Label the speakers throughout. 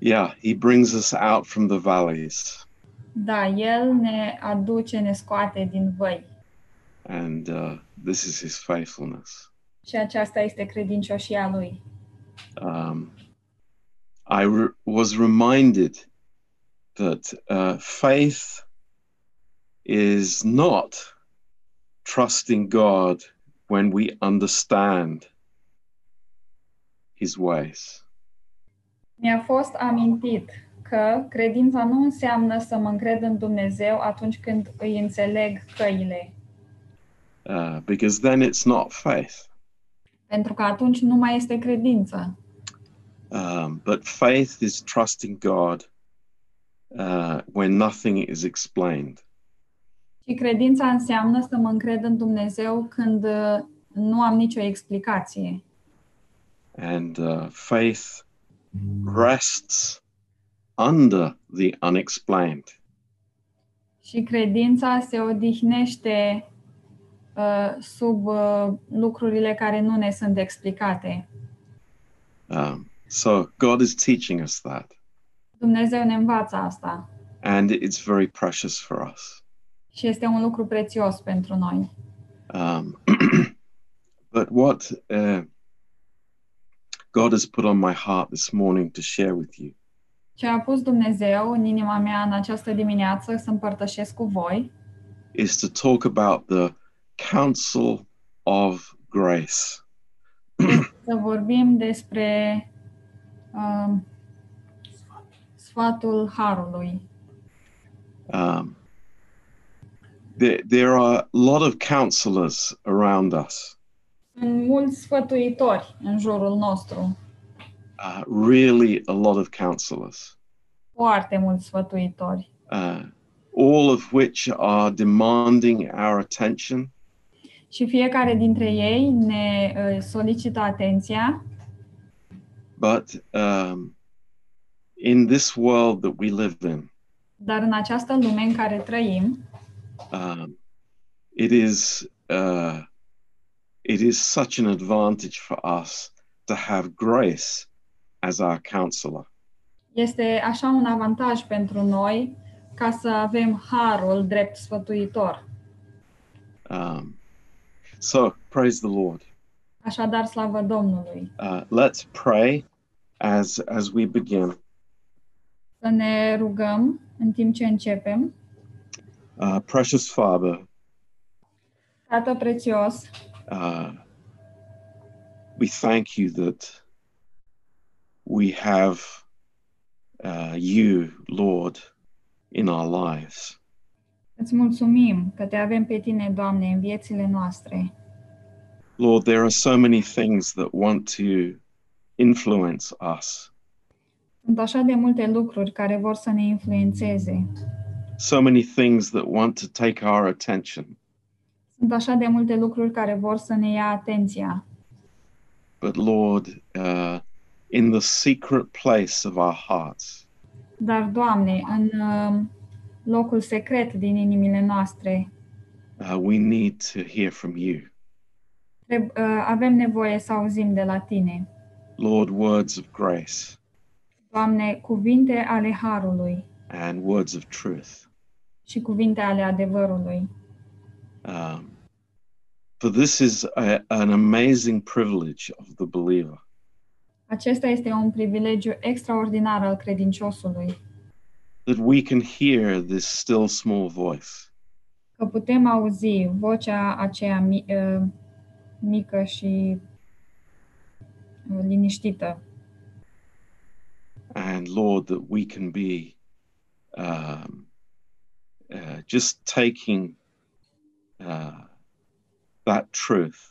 Speaker 1: Yeah, he brings us out from the valleys.
Speaker 2: Da, El ne aduce, ne scoate din văi
Speaker 1: And uh, this is his faithfulness.
Speaker 2: și aceasta este credincioșia Lui.
Speaker 1: Um, I re- was reminded that uh, faith is not trusting God when we understand his ways.
Speaker 2: Mi-a fost amintit că credința nu înseamnă să mă încred în Dumnezeu atunci când îi înțeleg căile,
Speaker 1: uh, because then it's not faith.
Speaker 2: pentru că atunci nu mai este credință.
Speaker 1: Um, but faith is trusting God uh, when nothing is explained.
Speaker 2: Și credința înseamnă să mă încred în Dumnezeu când uh, nu am nicio explicație.
Speaker 1: And uh, faith rests under the unexplained.
Speaker 2: Și credința se odihnește uh, sub uh, lucrurile care nu ne sunt explicate.
Speaker 1: Um, so God is teaching us that.
Speaker 2: Dumnezeu ne învață asta
Speaker 1: And it's very precious for us.
Speaker 2: și este un lucru prețios pentru noi.
Speaker 1: Um, but what uh, God has put on my heart this morning to share with you
Speaker 2: Ce a pus Dumnezeu în inima mea în această dimineață să împărtășesc cu voi
Speaker 1: is to talk about the counsel of grace.
Speaker 2: să vorbim despre uh, sfatul harului.
Speaker 1: Um, there, there are a lot of counselors around us,
Speaker 2: Sunt mulți sfătuitori în jurul nostru,
Speaker 1: uh, really, a lot of counselors,
Speaker 2: foarte mulți sfătuitori,
Speaker 1: uh, all of which are demanding our attention,
Speaker 2: și fiecare dintre ei ne uh, solicită atenția,
Speaker 1: but um, in this world that we live in,
Speaker 2: dar în această lume în care trăim,
Speaker 1: um, it is uh, it is such an advantage for us to have grace as our counselor.
Speaker 2: este așa un avantaj pentru noi ca să avem harul drept sfătuitor.
Speaker 1: Um, so praise the Lord.
Speaker 2: Așadar, slavă Domnului!
Speaker 1: Uh, let's pray as as we begin.
Speaker 2: Să ne rugăm în timp ce începem.
Speaker 1: Uh, precious Father,
Speaker 2: Tată prețios,
Speaker 1: uh, we thank you that we have uh, you, Lord, in our lives.
Speaker 2: îți mulțumim că te avem pe tine, Doamne, în viețile noastre.
Speaker 1: Lord, there are so many things that want to influence us,
Speaker 2: Sunt așa de multe lucruri care vor să ne influențeze.
Speaker 1: so many things that want to take our attention.
Speaker 2: Sunt așa de multe lucruri care vor să ne ia atenția.
Speaker 1: But Lord, uh, in the secret place of our hearts,
Speaker 2: Dar, Doamne, în uh, locul secret din inimile noastre,
Speaker 1: uh, we need to hear from you.
Speaker 2: treb- uh, avem nevoie să auzim de la tine.
Speaker 1: Lord, words of grace
Speaker 2: Doamne, cuvinte ale harului
Speaker 1: and words of truth.
Speaker 2: și cuvinte ale adevărului.
Speaker 1: Um, for this is a, an amazing privilege of the believer
Speaker 2: Acesta este un privilegiu extraordinar al credinciosului,
Speaker 1: that we can hear this still small voice.
Speaker 2: că putem auzi vocea aceea mi- uh, mică și uh, liniștită
Speaker 1: and Lord, that we can be um, uh, just taking uh, that truth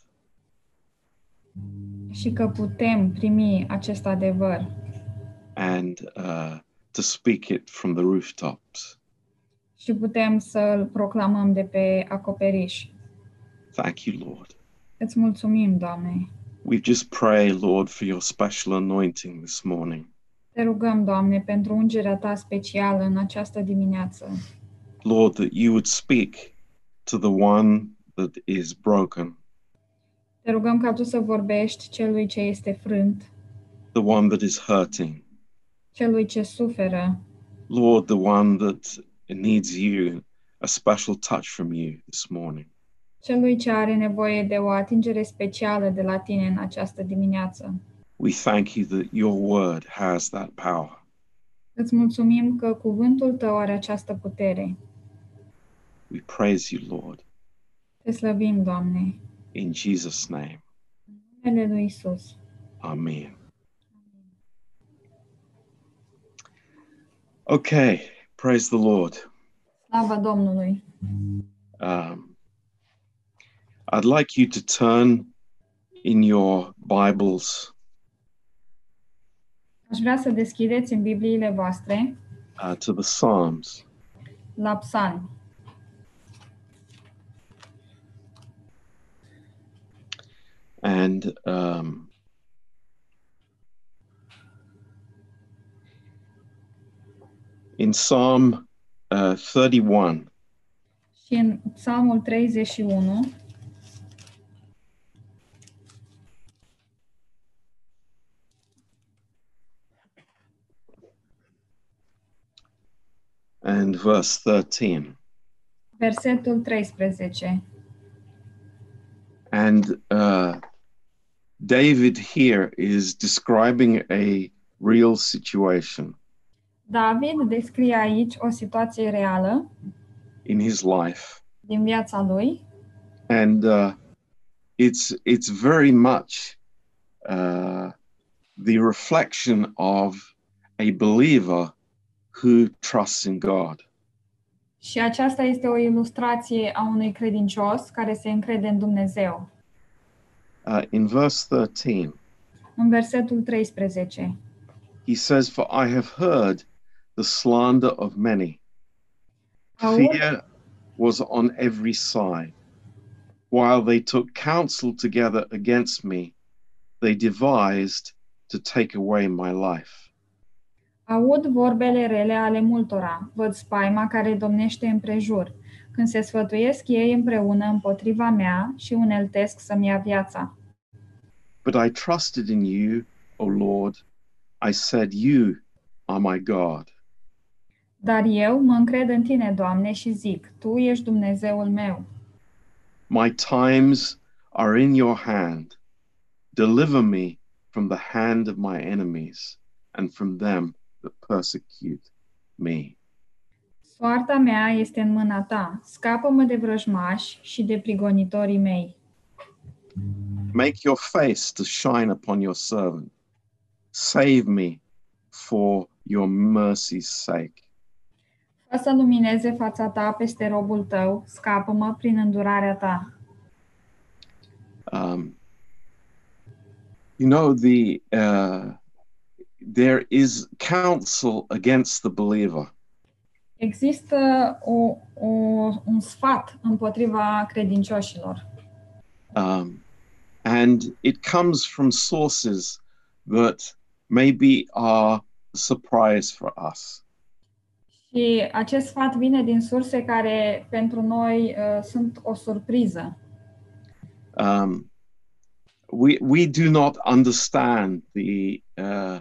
Speaker 2: și că putem primi acest adevăr
Speaker 1: and uh, to speak it from the rooftops.
Speaker 2: și putem să-l proclamăm de pe acoperiș.
Speaker 1: Thank you, Lord.
Speaker 2: Îți mulțumim, Doamne!
Speaker 1: We just pray, Lord, for your special anointing this morning.
Speaker 2: Te rugăm, Doamne, pentru ungerea Ta specială în această dimineață.
Speaker 1: Lord, that you would speak to the one that is broken,
Speaker 2: Te rugăm ca Tu să vorbești celui ce este frânt,
Speaker 1: the one that is hurting,
Speaker 2: celui ce suferă.
Speaker 1: Lord, the one that needs you, a special touch from you this morning.
Speaker 2: celui ce are nevoie de o atingere specială de la tine în această dimineață.
Speaker 1: We thank you that your word has that power.
Speaker 2: Îți mulțumim că cuvântul tău are această putere.
Speaker 1: We praise you, Lord,
Speaker 2: Te slăvim, Doamne,
Speaker 1: in Jesus' name.
Speaker 2: în numele lui Isus.
Speaker 1: Amen. Okay, praise the Lord.
Speaker 2: Slavă Domnului!
Speaker 1: Um, I'd like you to turn in your Bibles
Speaker 2: Aș vrea să deschideți în Bibliile voastre
Speaker 1: uh, to the Psalms.
Speaker 2: la psalmi.
Speaker 1: And um, in Psalm uh, 31,
Speaker 2: Și în Psalmul 31,
Speaker 1: and verse 13.
Speaker 2: versetul 13,
Speaker 1: And uh, David here is describing a real situation
Speaker 2: David descrie aici o situație reală
Speaker 1: in his life,
Speaker 2: din viața lui
Speaker 1: and uh, it's it's very much uh, the reflection of a believer who trusts in God.
Speaker 2: și aceasta este o ilustrație a unui credincios care se încrede în Dumnezeu.
Speaker 1: Uh, in verse thirteen,
Speaker 2: În versetul 13,
Speaker 1: he says, "For I have heard the slander of many."
Speaker 2: Aud,
Speaker 1: Fear was on every side. While they took counsel together against me, they devised to take away my life.
Speaker 2: aud vorbele rele ale multora, văd spaima care domnește împrejur, când se sfătuiesc ei împreună împotriva mea și uneltesc să-mi ia viața.
Speaker 1: But I trusted in you, O Lord. I said, You are my God.
Speaker 2: Dar eu mă încred în tine, Doamne, și zic, Tu ești Dumnezeul meu.
Speaker 1: My times are in your hand. Deliver me from the hand of my enemies and from them that persecute me.
Speaker 2: Soarta mea este în mâna ta, scapă-mă de vrăjmași și de prigonitorii mei.
Speaker 1: Make your face to shine upon your servant. Save me for your mercy's sake.
Speaker 2: Fă să lumineze fața ta peste robul tău, scapă-mă prin îndurarea ta.
Speaker 1: Um, you know the uh, there is counsel against the believer,
Speaker 2: Există o, o, un sfat împotriva credincioșilor
Speaker 1: um, and it comes from sources that maybe are a surprise for us.
Speaker 2: și acest sfat vine din surse care pentru noi uh, sunt o surpriză.
Speaker 1: um, we we do not understand the uh,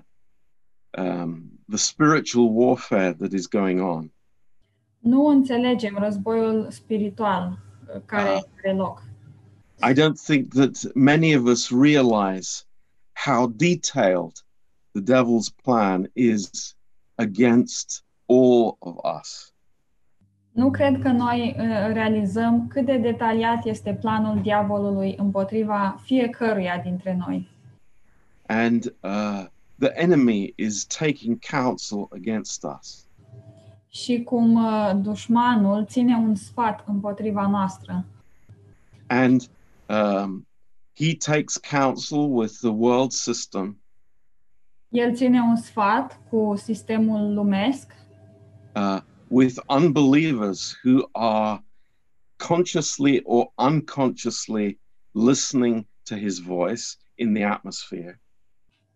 Speaker 1: um, the spiritual warfare that is going on,
Speaker 2: Nu înțelegem războiul spiritual uh, care
Speaker 1: Ah.
Speaker 2: are loc.
Speaker 1: I don't think that many of us realize how detailed the devil's plan is against all of us.
Speaker 2: Nu cred că noi uh, realizăm cât de detaliat este planul diavolului împotriva fiecăruia dintre noi.
Speaker 1: And uh, the enemy is taking counsel against us.
Speaker 2: Și cum uh, dușmanul ține un sfat împotriva noastră.
Speaker 1: And um, he takes counsel with the world system
Speaker 2: El ține un sfat cu sistemul lumesc
Speaker 1: uh, with unbelievers who are consciously or unconsciously listening to his voice in the atmosphere.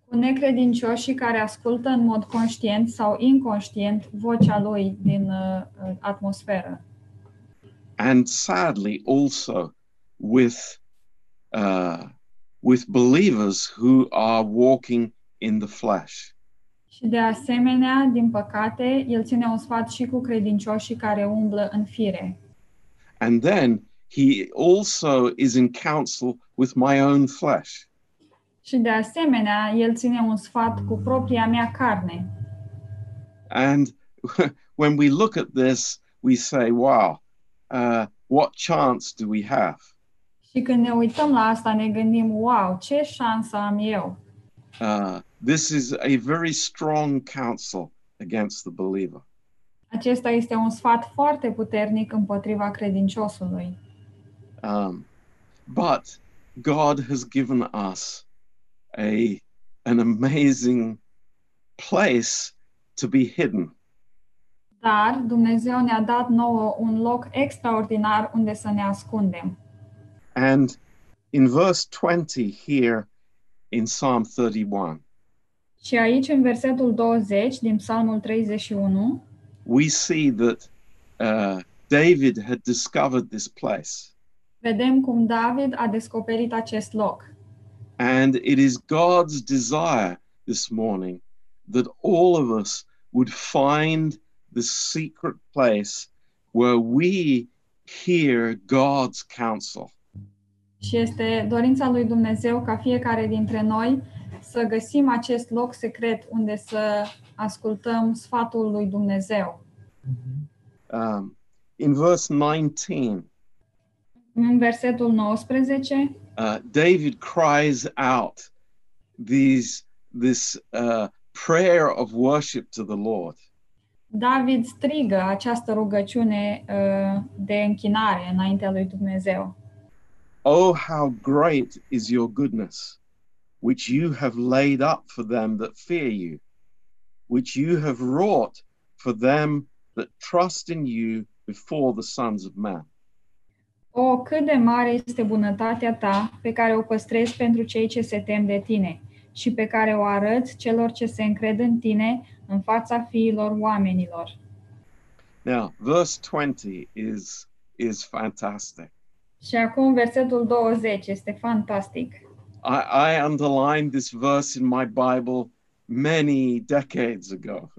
Speaker 2: cu necredincioșii care ascultă în mod conștient sau inconștient vocea lui din uh, atmosferă.
Speaker 1: And sadly, also with, uh, with believers who are walking in the flesh.
Speaker 2: Și de asemenea, din păcate, el ține un sfat și cu credincioșii care umblă în fire.
Speaker 1: And then he also is in counsel with my own flesh.
Speaker 2: Și de asemenea, el ține un sfat cu propria mea carne.
Speaker 1: And when we look at this, we say, wow, uh, what chance do we have?
Speaker 2: Și când ne uităm la asta, ne gândim, wow, ce șansă am eu!
Speaker 1: Uh, this is a very strong counsel against the believer.
Speaker 2: Acesta este un sfat foarte puternic împotriva credinciosului.
Speaker 1: Um, but God has given us a an amazing place to be hidden.
Speaker 2: Dar Dumnezeu ne-a dat nouă un loc extraordinar unde să ne ascundem.
Speaker 1: And in verse 20 here in Psalm 31,
Speaker 2: Și aici, în versetul 20 din Psalmul 31,
Speaker 1: we see that uh, David had discovered this place.
Speaker 2: vedem cum David a descoperit acest loc.
Speaker 1: And it is God's desire this morning that all of us would find the secret place where we hear God's counsel.
Speaker 2: Și este dorința lui Dumnezeu ca fiecare dintre noi să găsim acest loc secret unde să ascultăm sfatul lui Dumnezeu.
Speaker 1: Um, in verse 19,
Speaker 2: În versetul 19,
Speaker 1: uh, David cries out these this uh, prayer of worship to the Lord.
Speaker 2: David strigă această rugăciune uh, de închinare înaintea lui Dumnezeu.
Speaker 1: Oh, how great is your goodness, which you have laid up for them that fear you, which you have wrought for them that trust in you before the sons of man.
Speaker 2: O, cât de mare este bunătatea ta pe care o păstrezi pentru cei ce se tem de tine și pe care o arăți celor ce se încred în tine în fața fiilor oamenilor.
Speaker 1: Now, verse 20 is is fantastic.
Speaker 2: Și acum versetul 20 este fantastic.
Speaker 1: I, I underlined this verse in my Bible many decades ago.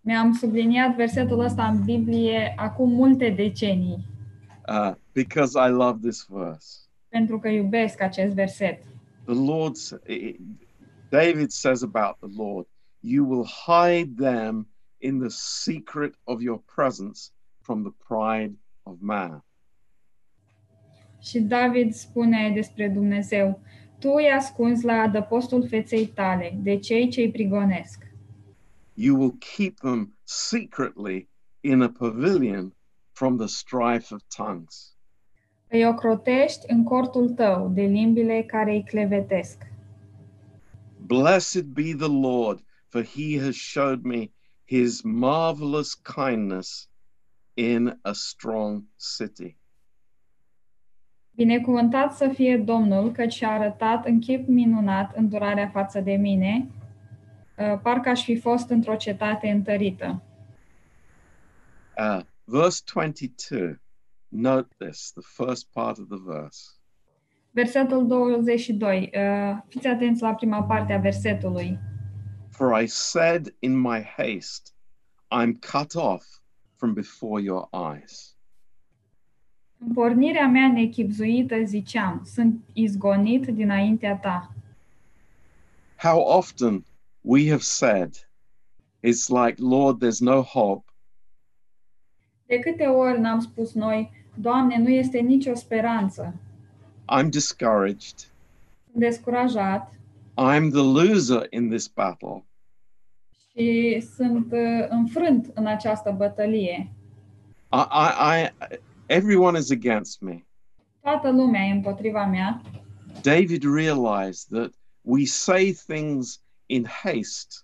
Speaker 2: Mi-am subliniat versetul ăsta în Biblie acum multe decenii,
Speaker 1: uh, because I love this verse.
Speaker 2: pentru că iubesc acest verset.
Speaker 1: The Lord, s- i- i- David says about the Lord, you will hide them in the secret of your presence from the pride of man.
Speaker 2: Și David spune despre Dumnezeu, Tu i ascunzi la adăpostul feței tale, de cei ce-i prigonesc.
Speaker 1: You will keep them secretly in a pavilion from the strife of tongues.
Speaker 2: Îi ocrotești în cortul tău de limbile care îi clevetesc.
Speaker 1: Blessed be the Lord, for he has showed me his marvelous kindness in a strong city.
Speaker 2: Binecuvântat să fie Domnul, căci și-a arătat în chip minunat îndurarea față de mine, uh, parcă aș fi fost într-o cetate întărită.
Speaker 1: Uh, verse 22. Note this, the first part of the verse.
Speaker 2: Versetul 22. uh, Fiți atenți la prima parte a versetului.
Speaker 1: For I said in my haste, I'm cut off from before your eyes.
Speaker 2: În pornirea mea nechipzuită ziceam, sunt izgonit dinaintea ta.
Speaker 1: How often we have said, it's like, Lord, there's no hope.
Speaker 2: De câte ori n-am spus noi, Doamne, nu este nicio speranță.
Speaker 1: I'm discouraged.
Speaker 2: Sunt descurajat,
Speaker 1: I'm the loser in this battle.
Speaker 2: și sunt uh, înfrânt în această bătălie.
Speaker 1: I, I, I, everyone is against me.
Speaker 2: Toată lumea e împotriva mea.
Speaker 1: David realized that we say things in haste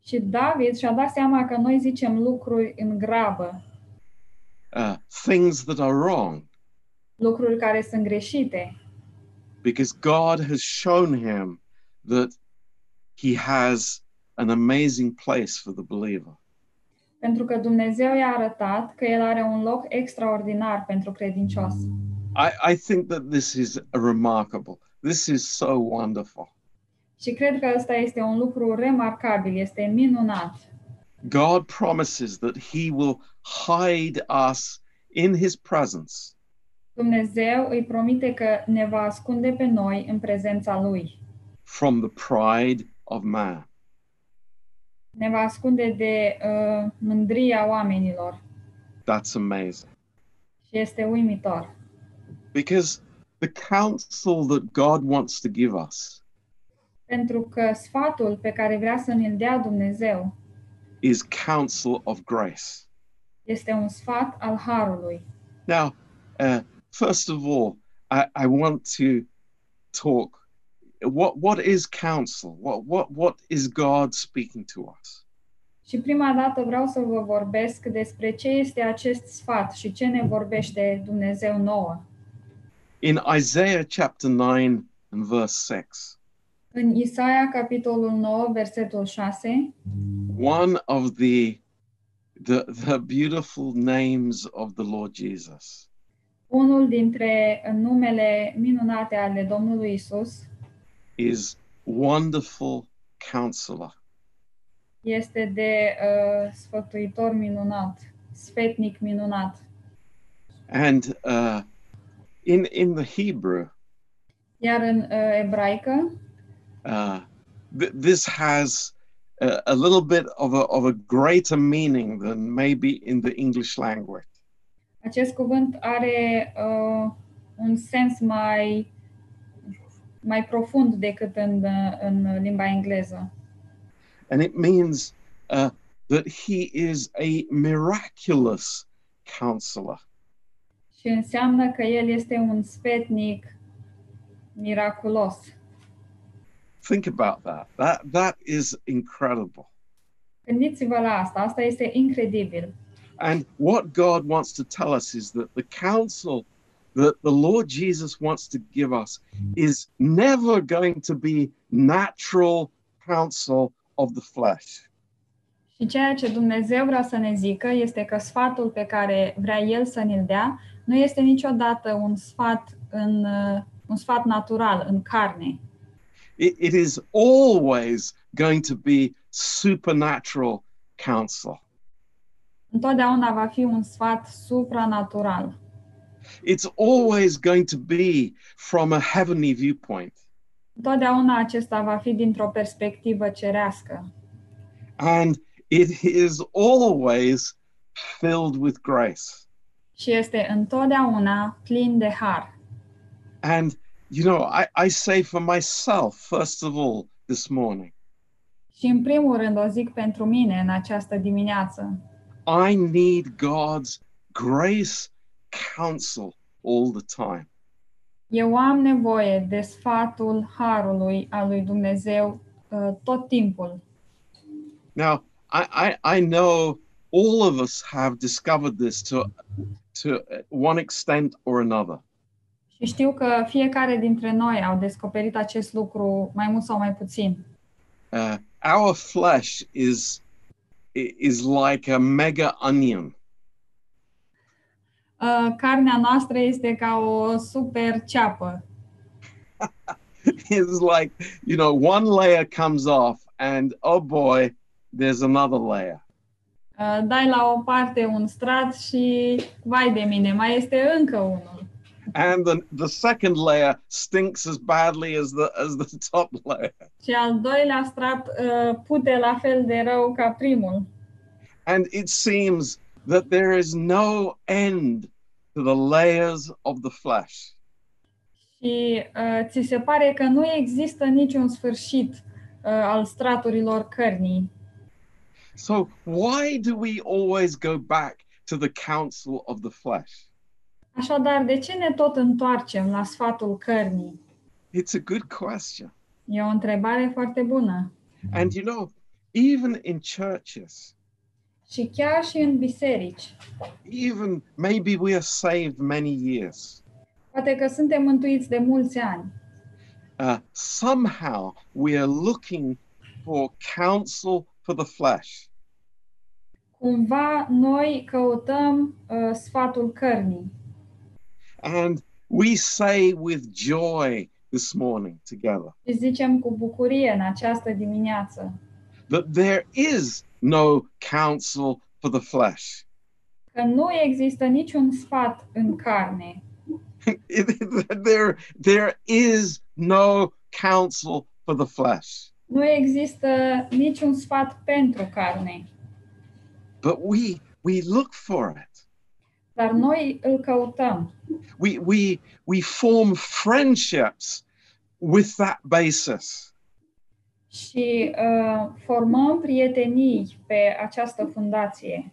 Speaker 2: Și David și-a dat seama că noi zicem lucruri în grabă,
Speaker 1: uh, things that are wrong
Speaker 2: lucruri care sunt greșite,
Speaker 1: because God has shown him that he has an amazing place for the believer.
Speaker 2: pentru că Dumnezeu i-a arătat că El are un loc extraordinar pentru credincios.
Speaker 1: I, I think that this is remarkable. This is so wonderful.
Speaker 2: Și cred că ăsta este un lucru remarcabil, este minunat.
Speaker 1: God promises that He will hide us in His presence
Speaker 2: Dumnezeu îi promite că ne va ascunde pe noi în prezența Lui.
Speaker 1: from the pride of man.
Speaker 2: Ne va ascunde de uh, mândria oamenilor
Speaker 1: That's amazing.
Speaker 2: și este uimitor.
Speaker 1: Because the counsel that God wants to give us
Speaker 2: Pentru că sfatul pe care vrea să ne-l dea Dumnezeu
Speaker 1: is counsel of grace.
Speaker 2: este un sfat al harului.
Speaker 1: Now, uh, first of all, I, I want to talk. What what is counsel? What what what is God speaking to us?
Speaker 2: Și prima dată vreau să vă vorbesc despre ce este acest sfat și ce ne vorbește Dumnezeu nouă.
Speaker 1: In Isaiah chapter nine and verse six,
Speaker 2: În Isaia, capitolul 9, versetul 6,
Speaker 1: one of the the, the beautiful names of the Lord Jesus
Speaker 2: unul dintre numele minunate ale Domnului Isus
Speaker 1: is wonderful counselor.
Speaker 2: este de uh, sfătuitor minunat, sfetnic minunat.
Speaker 1: And uh, in in the Hebrew,
Speaker 2: Iar în uh, ebraică,
Speaker 1: uh, th- this has uh, a little bit of a, of a greater meaning than maybe in the English language.
Speaker 2: acest cuvânt are uh, un sens mai, mai profund decât în, uh, în limba engleză.
Speaker 1: And it means uh, that he is a miraculous counselor.
Speaker 2: Și înseamnă că el este un sfetnic miraculos.
Speaker 1: Think about that. That that is incredible.
Speaker 2: Gândiți-vă la asta, asta este incredibil.
Speaker 1: And what God wants to tell us is that the counsel that the Lord Jesus wants to give us is never going to be natural counsel of the flesh.
Speaker 2: Și ceea ce Dumnezeu vrea să ne zică este că sfatul pe care vrea El să ne-l dea nu este niciodată un sfat, în, uh, un sfat natural, în carne,
Speaker 1: It, it is always going to be supernatural counsel.
Speaker 2: întotdeauna va fi un sfat supranatural.
Speaker 1: It's always going to be from a heavenly viewpoint.
Speaker 2: Întotdeauna acesta va fi dintr-o perspectivă cerească
Speaker 1: And it is always filled with grace.
Speaker 2: și este întotdeauna plin de har.
Speaker 1: And, you know, I, I say for myself, first of all, this morning,
Speaker 2: Și în primul rând o zic pentru mine în această dimineață.
Speaker 1: I need God's grace counsel all the time.
Speaker 2: Eu am nevoie de sfatul harului al lui Dumnezeu uh, tot timpul.
Speaker 1: Now, I, I, I know all of us have discovered this to, to one extent or another.
Speaker 2: Și știu că fiecare dintre noi au descoperit acest lucru mai mult sau mai puțin.
Speaker 1: Uh, our flesh is, is like a mega onion.
Speaker 2: Uh, Carnea noastră este ca o super ceapă.
Speaker 1: It's like, you know, one layer comes off, and oh boy, there's another layer.
Speaker 2: Uh, Dai la o parte un strat și vai de mine, mai este încă unul.
Speaker 1: And the, the second layer stinks as badly as the, as the top layer.
Speaker 2: Și al doilea strat uh, pute la fel de rău ca primul.
Speaker 1: And it seems that there is no end to the layers of the flesh.
Speaker 2: Și uh, ți se pare că nu există niciun sfârșit uh, al straturilor cărnii.
Speaker 1: So, why do we always go back to the counsel of the flesh?
Speaker 2: Așadar, de ce ne tot întoarcem la sfatul cărnii?
Speaker 1: It's a good question.
Speaker 2: E o întrebare foarte bună.
Speaker 1: And you know, even in churches,
Speaker 2: Și chiar și în biserici.
Speaker 1: even maybe we are saved many years,
Speaker 2: Poate că suntem mântuiți de mulți ani.
Speaker 1: uh, somehow we are looking for counsel for the flesh.
Speaker 2: Cumva noi căutăm uh, sfatul cărnii
Speaker 1: And we say with joy this morning together
Speaker 2: și zicem cu bucurie în această dimineață
Speaker 1: that there is no counsel for the flesh.
Speaker 2: că nu există niciun sfat în carne,
Speaker 1: there, there is no counsel for the flesh.
Speaker 2: nu există niciun sfat pentru carne,
Speaker 1: But we we look for it.
Speaker 2: dar noi îl căutăm.
Speaker 1: We we we form friendships with that basis.
Speaker 2: și uh, formăm prietenii pe această fundație.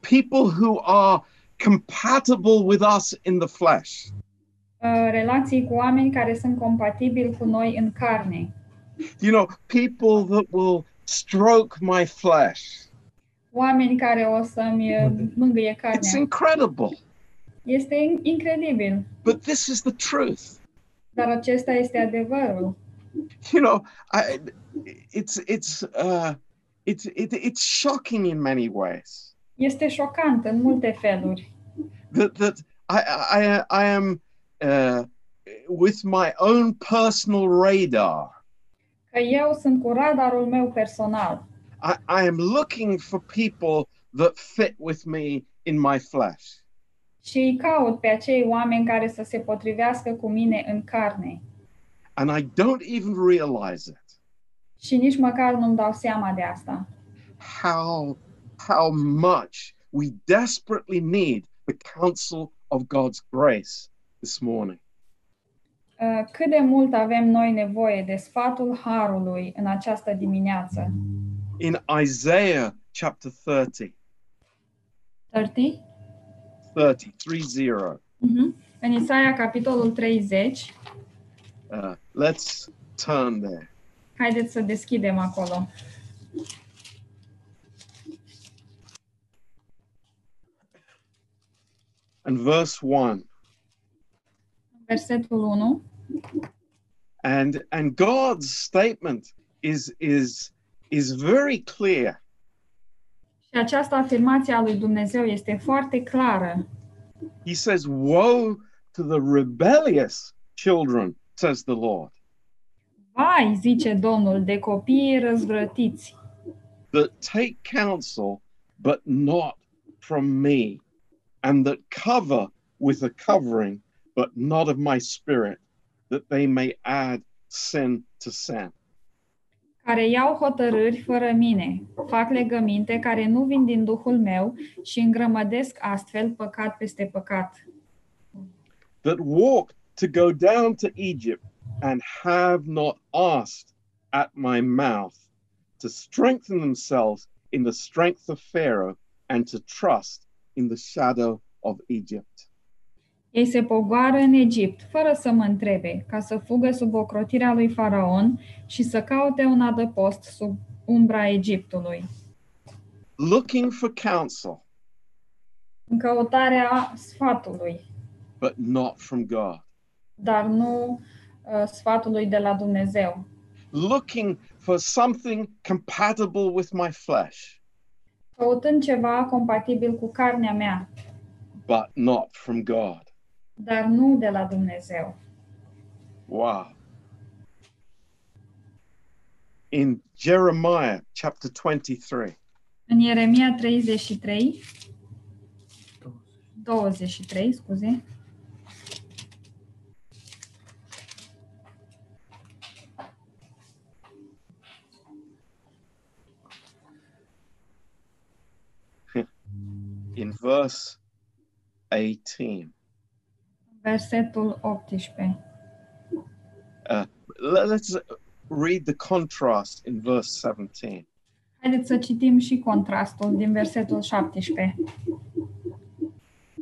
Speaker 1: People who are compatible with us in the flesh.
Speaker 2: Uh, relații cu oameni care sunt compatibili cu noi în carne.
Speaker 1: You know, people that will stroke my flesh.
Speaker 2: Oameni care o să-mi uh, mângâie
Speaker 1: It's
Speaker 2: carnea.
Speaker 1: incredible.
Speaker 2: Este in- incredibil,
Speaker 1: But this is the truth.
Speaker 2: dar acesta este adevărul.
Speaker 1: you know I, it's it's uh it's it, it's shocking in many ways
Speaker 2: Este șocant în multe feluri.
Speaker 1: that that i i i am uh with my own personal radar
Speaker 2: Că eu sunt cu radarul meu personal.
Speaker 1: i i am looking for people that fit with me in my flesh
Speaker 2: Și îi caut pe acei oameni care să se potrivească cu mine în carne.
Speaker 1: and i don't even realize it
Speaker 2: Și nici măcar nu-mi dau seama de asta.
Speaker 1: how how much we desperately need the counsel of god's grace this morning
Speaker 2: Uh, cât de mult avem noi nevoie de sfatul harului în această dimineață.
Speaker 1: in Isaiah chapter 30,
Speaker 2: 30?
Speaker 1: 30, 30.
Speaker 2: Uh-huh. În Isaia, capitolul 30.
Speaker 1: Uh, let's turn there.
Speaker 2: Haideți să deschidem acolo.
Speaker 1: And verse 1.
Speaker 2: Versetul 1.
Speaker 1: And and God's statement is is is very clear.
Speaker 2: Și această afirmație a lui Dumnezeu este foarte clară.
Speaker 1: He says, Woe to the rebellious children, says the Lord,
Speaker 2: Vai, zice Domnul, de copiii răzvrătiți,
Speaker 1: that take counsel, but not from me, and that cover with a covering, but not of my spirit, that they may add sin to sin.
Speaker 2: care iau hotărâri fără mine, fac legăminte care nu vin din Duhul meu și îngrămădesc astfel păcat peste păcat.
Speaker 1: that walked to go down to Egypt and have not asked at my mouth to strengthen themselves in the strength of Pharaoh and to trust in the shadow of Egypt.
Speaker 2: Ei se pogoară în Egipt, fără să mă întrebe, ca să fugă sub ocrotirea lui Faraon și să caute un adăpost sub umbra Egiptului.
Speaker 1: Looking for counsel,
Speaker 2: În căutarea sfatului,
Speaker 1: but not from God.
Speaker 2: dar nu uh, sfatului de la Dumnezeu.
Speaker 1: Looking for something compatible with my flesh,
Speaker 2: Căutând ceva compatibil cu carnea mea,
Speaker 1: but not from God.
Speaker 2: dar nu de la Dumnezeu.
Speaker 1: Wow. In Jeremiah chapter 23,
Speaker 2: În Ieremia 33, 23, scuze,
Speaker 1: in verse 18.
Speaker 2: versetul 18.
Speaker 1: Le- Let's read the contrast in verse 17.
Speaker 2: Haideți să citim și contrastul din versetul 17.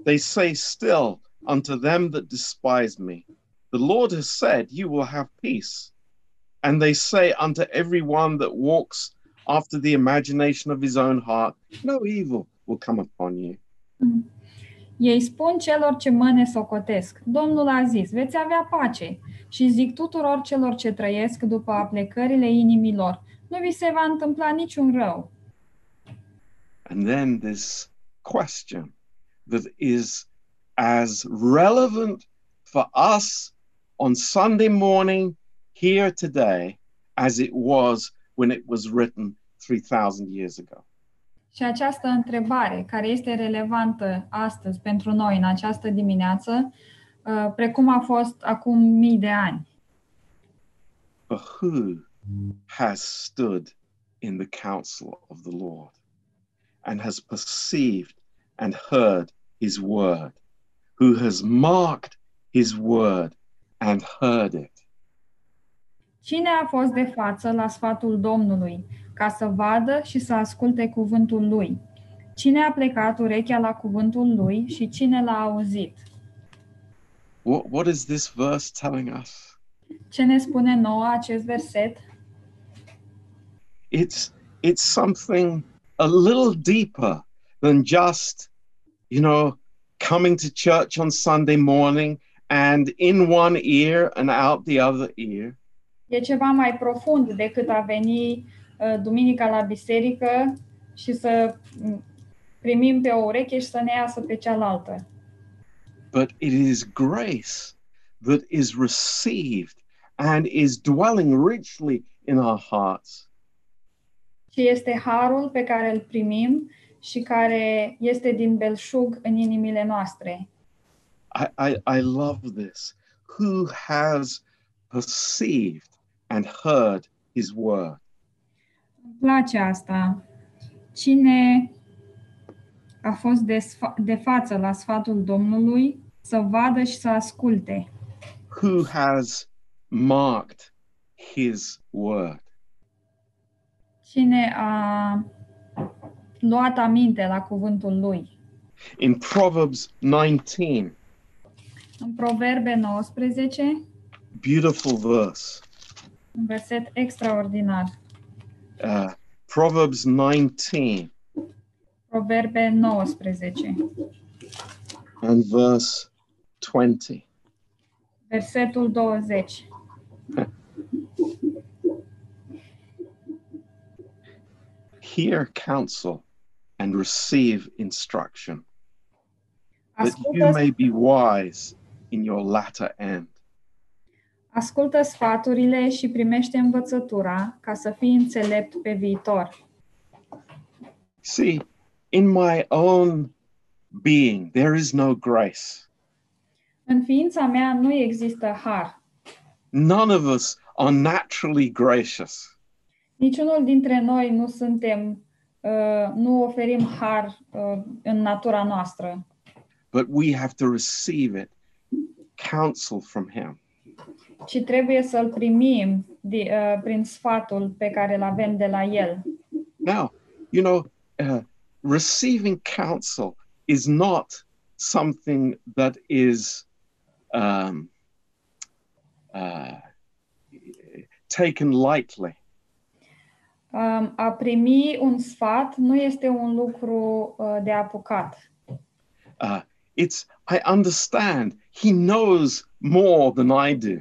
Speaker 1: They say still unto them that despise me, The Lord has said, You will have peace. And they say unto every one that walks after the imagination of his own heart, No evil will come upon you.
Speaker 2: Ei spun celor ce mă nesocotesc, Domnul a zis, veți avea pace. Și zic tuturor celor ce trăiesc după aplecările inimilor, nu vi se va întâmpla niciun rău.
Speaker 1: And then this question that is as relevant for us on Sunday morning here today as it was when it was written 3,000 years ago?
Speaker 2: Și această întrebare, care este relevantă astăzi pentru noi, în această dimineață, uh, precum a fost acum mii de ani,
Speaker 1: For who has stood in the counsel of the Lord and has perceived and heard his word? Who has marked his word and heard it?
Speaker 2: cine a fost de față la sfatul Domnului, ca să vadă și să asculte cuvântul lui? Cine a plecat urechea la cuvântul lui și cine l-a auzit?
Speaker 1: What, what is this verse telling us?
Speaker 2: Ce ne spune nouă acest verset?
Speaker 1: it's it's something a little deeper than just you know coming to church on sunday morning and in one ear and out the other ear
Speaker 2: E ceva mai profund decât a veni uh, duminica la biserică și să mm, primim pe o ureche și să ne iasă pe cealaltă.
Speaker 1: but it is grace that is received and is dwelling richly in our hearts
Speaker 2: Și este harul pe care îl primim și care este din belșug în inimile noastre.
Speaker 1: i i, I love this who has perceived and heard his word
Speaker 2: Îmi place asta. Cine a fost de, sfa- de față la sfatul Domnului să vadă și să asculte?
Speaker 1: who has marked his word
Speaker 2: Cine a luat aminte la cuvântul lui?
Speaker 1: in Proverbs 19,
Speaker 2: În Proverbe 19,
Speaker 1: beautiful verse.
Speaker 2: un verset extraordinar.
Speaker 1: Uh, Proverbs 19
Speaker 2: Proverbe 19,
Speaker 1: and verse 20.
Speaker 2: versetul 20.
Speaker 1: Hear counsel and receive instruction, that you
Speaker 2: Ascultă,
Speaker 1: may be wise in your latter end.
Speaker 2: ascultă sfaturile și primește învățătura ca să fii înțelept pe viitor.
Speaker 1: See, in my own being, there is no grace.
Speaker 2: În ființa mea nu există har.
Speaker 1: None of us are naturally gracious.
Speaker 2: Niciunul dintre noi nu suntem, uh, nu oferim har uh, în natura noastră,
Speaker 1: But we have to receive it, counsel from Him.
Speaker 2: ci trebuie să-l primim di- uh, prin sfatul pe care îl avem de la el.
Speaker 1: Now, you know, uh, receiving counsel is not something that is um, uh, taken lightly.
Speaker 2: Um, A primi un sfat nu este un lucru uh, de apucat.
Speaker 1: Uh, it's, I understand, he knows more than I do.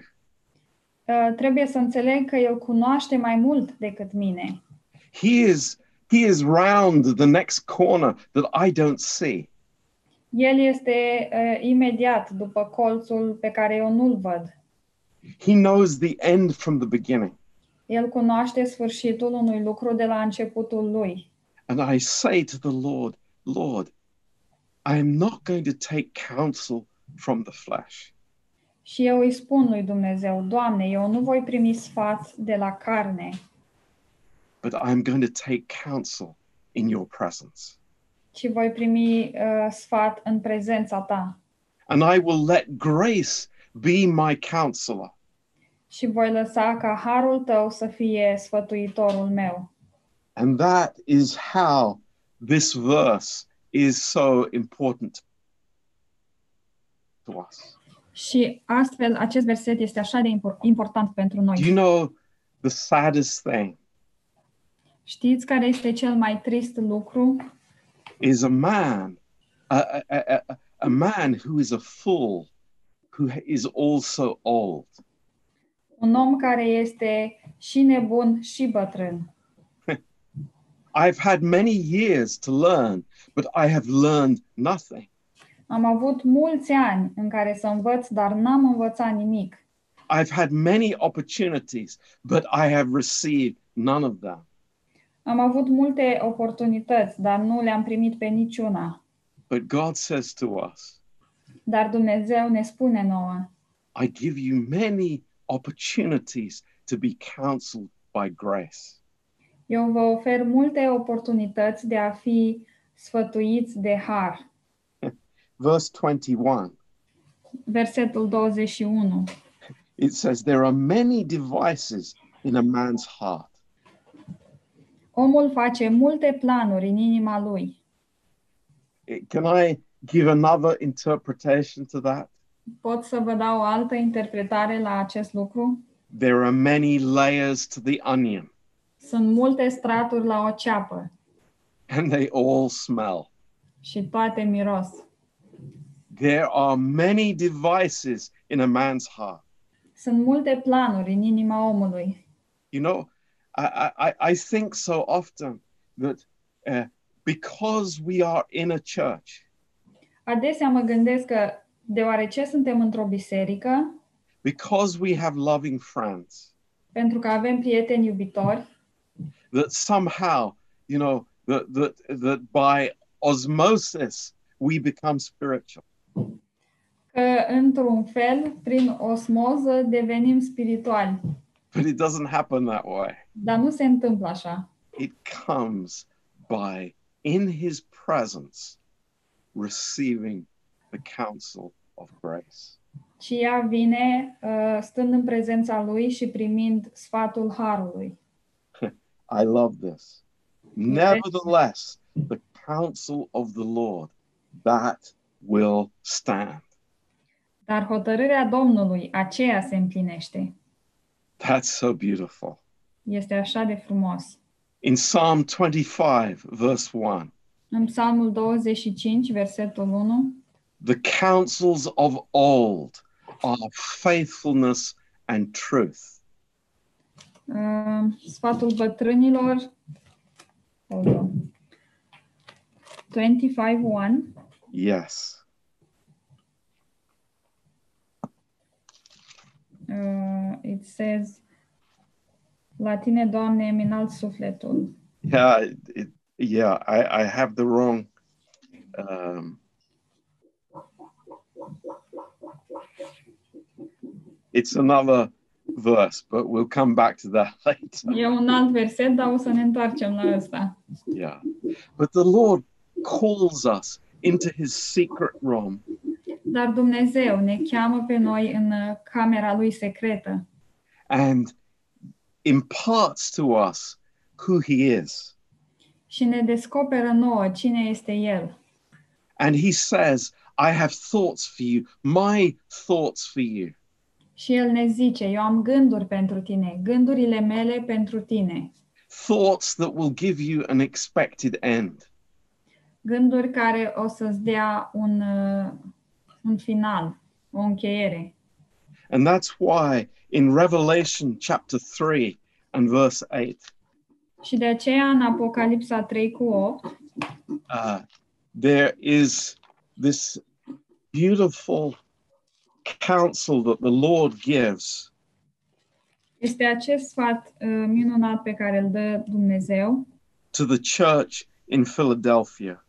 Speaker 2: Uh, Trebuie să înțeleg că el cunoaște mai mult decât mine.
Speaker 1: He is, he is round the next corner that I don't see.
Speaker 2: El este uh, imediat după colțul pe care eu nu-l văd.
Speaker 1: He knows the end from the beginning.
Speaker 2: El cunoaște sfârșitul unui lucru de la începutul lui.
Speaker 1: And I say to the Lord, Lord, I am not going to take counsel from the flesh.
Speaker 2: Și eu îi spun lui Dumnezeu, Doamne, eu nu voi primi sfat de la carne,
Speaker 1: but I'm going to take counsel in your presence.
Speaker 2: ci voi primi uh, sfat în prezența ta
Speaker 1: And I will let grace be my counselor.
Speaker 2: și voi lăsa ca harul tău să fie sfătuitorul meu.
Speaker 1: And that is how this verse is so important to us.
Speaker 2: Și astfel, acest verset este așa de impor- important pentru
Speaker 1: Do you
Speaker 2: noi.
Speaker 1: know the saddest thing
Speaker 2: Știți care este cel mai trist lucru?
Speaker 1: is a man, a, a, a, a- a man who is a fool, who is also old.
Speaker 2: Un om care este și nebun și bătrân.
Speaker 1: I've had many years to learn, but I have learned nothing.
Speaker 2: Am avut mulți ani în care să învăț, dar n-am învățat nimic.
Speaker 1: I've had many opportunities, but I have received none of them.
Speaker 2: Am avut multe oportunități, dar nu le-am primit pe niciuna.
Speaker 1: But God says to us,
Speaker 2: Dar Dumnezeu ne spune nouă,
Speaker 1: I give you many opportunities to be counseled by grace.
Speaker 2: eu vă ofer multe oportunități de a fi sfătuiți de har.
Speaker 1: Verse 21,
Speaker 2: Versetul 21.
Speaker 1: it says, There are many devices in a man's heart,
Speaker 2: Omul face multe planuri în inima lui.
Speaker 1: It- Eh, Can I give another interpretation to that?
Speaker 2: Pot să vă dau o altă interpretare la acest lucru?
Speaker 1: There are many layers to the onion,
Speaker 2: Sunt multe straturi la o ceapă
Speaker 1: and they all smell.
Speaker 2: și toate miros.
Speaker 1: There are many devices in a man's heart.
Speaker 2: Sunt multe planuri în inima omului.
Speaker 1: You know, I, I- I, I think so often that uh, because we are in a church,
Speaker 2: Adesea mă gândesc că, deoarece suntem într-o biserică,
Speaker 1: because we have loving friends,
Speaker 2: pentru că avem prieteni iubitori,
Speaker 1: that somehow, you know, that, that, that by osmosis we become spiritual.
Speaker 2: că, într-un fel, prin osmoză, devenim spirituali.
Speaker 1: But it doesn't happen that way.
Speaker 2: Dar nu se întâmplă așa.
Speaker 1: It comes by, in his presence, receiving the counsel of grace.
Speaker 2: Ci ea vine uh, stând în prezența lui și primind sfatul harului.
Speaker 1: I love this. Nevertheless, the counsel of the Lord that will stand.
Speaker 2: Dar hotărârea Domnului, aceea se împlinește.
Speaker 1: That's so beautiful.
Speaker 2: Este așa de frumos.
Speaker 1: In Psalm 25, verse 1,
Speaker 2: În Psalmul 25, versetul 1,
Speaker 1: the counsels of old are faithfulness and truth.
Speaker 2: uh, sfatul bătrânilor, hold on. 25.1
Speaker 1: Yes.
Speaker 2: uh, it says La tine, Doamne, mi înalt sufletul.
Speaker 1: Yeah, it- it, yeah, I, I have the wrong. Um, it's another verse, but we'll come back to that later.
Speaker 2: E un alt verset, dar o să ne întoarcem la ăsta.
Speaker 1: Yeah. But the Lord calls us into his secret room
Speaker 2: Dar Dumnezeu ne cheamă pe noi în uh, camera lui secretă
Speaker 1: and imparts to us who he is.
Speaker 2: și ne descoperă nouă cine este El.
Speaker 1: And he says, I have thoughts for you, my thoughts for you.
Speaker 2: Și El ne zice, eu am gânduri pentru tine, gândurile mele pentru tine.
Speaker 1: thoughts that will give you an expected end.
Speaker 2: Gânduri care o să-ți dea un, uh, un final, o încheiere.
Speaker 1: And that's why in Revelation chapter 3 and verse 8,
Speaker 2: Și de aceea în Apocalipsa 3 cu 8
Speaker 1: uh, there is this beautiful counsel that the Lord gives
Speaker 2: este acest sfat uh, minunat pe care îl dă Dumnezeu
Speaker 1: to the church in Philadelphia.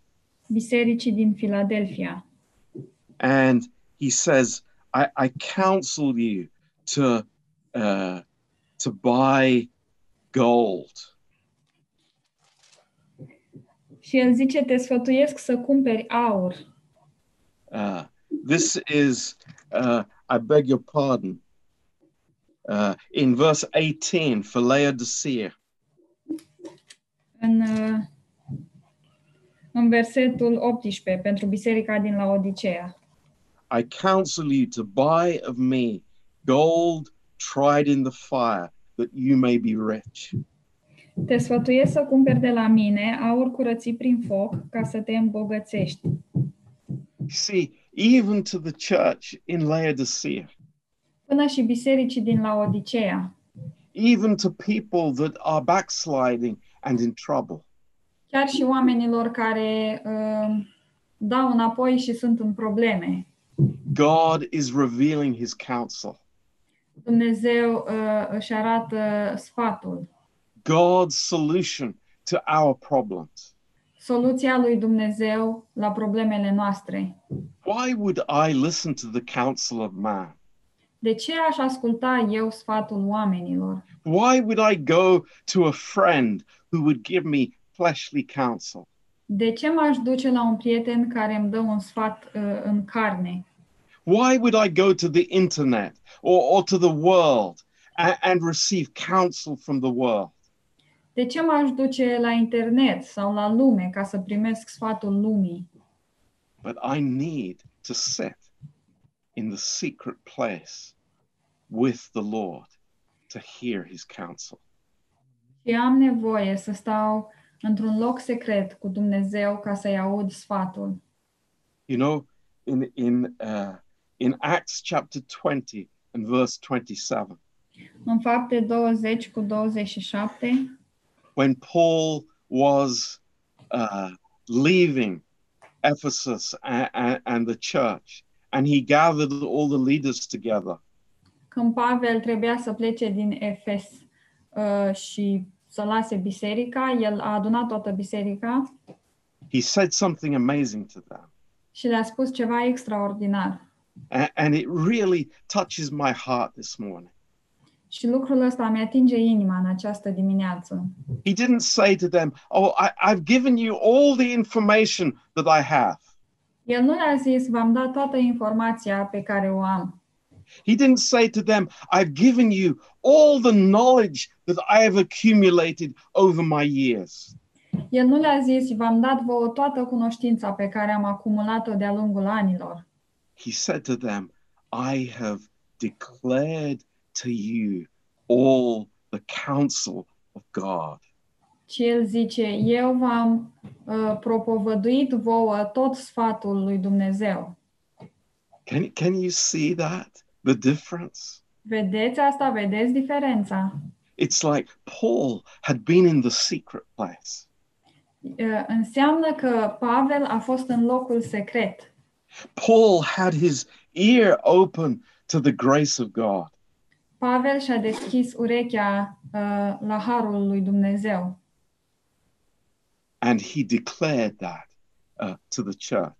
Speaker 2: bisericii din Filadelfia.
Speaker 1: And he says, I, I counsel you to, uh, to buy gold.
Speaker 2: Și el zice, te sfătuiesc să cumperi aur.
Speaker 1: Uh, this is, uh, I beg your pardon, uh, in verse 18 for Laodicea.
Speaker 2: În, uh, în versetul 18, pentru biserica din Laodicea.
Speaker 1: I counsel you to buy of me gold tried in the fire, that you may be rich,
Speaker 2: Te sfătuiesc să cumperi de la mine aur curățit prin foc ca să te îmbogățești.
Speaker 1: You See, even to the church in Laodicea,
Speaker 2: Până și bisericii din Laodicea,
Speaker 1: even to people that are backsliding and in trouble,
Speaker 2: chiar și oamenilor care uh, dau înapoi și sunt în probleme,
Speaker 1: God is revealing his counsel.
Speaker 2: Dumnezeu uh, își arată sfatul,
Speaker 1: God's solution to our problems.
Speaker 2: soluția lui Dumnezeu la problemele noastre.
Speaker 1: Why would I listen to the counsel of man?
Speaker 2: De ce aș asculta eu sfatul oamenilor?
Speaker 1: Why would I go to a friend who would give me fleshly counsel?
Speaker 2: De ce m-aș duce la un prieten care îmi dă un sfat uh, în carne?
Speaker 1: Why would I go to the internet or, or to the world and, and receive counsel from the world?
Speaker 2: De ce m-aș duce la internet sau la lume ca să primesc sfatul lumii?
Speaker 1: But I need to sit in the secret place with the Lord to hear his counsel.
Speaker 2: Eu am nevoie să stau într-un loc secret cu Dumnezeu ca să-i aud sfatul.
Speaker 1: You know, in, in, uh, in Acts chapter 20 and verse 27,
Speaker 2: În fapte 20 cu 27,
Speaker 1: when Paul was uh, leaving Ephesus and, and, and the church, and he gathered all the leaders together,
Speaker 2: când Pavel trebuia să plece din Efes uh, și să lase biserica, el a adunat toată biserica
Speaker 1: he said something amazing to them.
Speaker 2: și le-a spus ceva extraordinar.
Speaker 1: And, and it really touches my heart this morning.
Speaker 2: Și lucrul ăsta mi atinge inima în această dimineață.
Speaker 1: He didn't say to them, Oh, I, I've given you all the information that I have.
Speaker 2: El nu le-a zis, v-am dat toată informația pe care o am.
Speaker 1: He didn't say to them, I've given you all the knowledge that I have accumulated over my years.
Speaker 2: El nu le-a zis, v-am dat vouă toată cunoștința pe care am acumulat-o de-a lungul anilor.
Speaker 1: He said to them, I have declared to you all the counsel of God.
Speaker 2: Și el zice, eu v-am uh, propovăduit vouă tot sfatul lui Dumnezeu.
Speaker 1: Can, can you see that? The difference?
Speaker 2: Vedeți asta? Vedeți diferența?
Speaker 1: It's like Paul had been in the secret place,
Speaker 2: Uh, Înseamnă că Pavel a fost în locul secret.
Speaker 1: Paul had his ear open to the grace of God.
Speaker 2: Pavel și-a deschis urechea uh, la harul lui Dumnezeu
Speaker 1: And he declared that uh, to the church.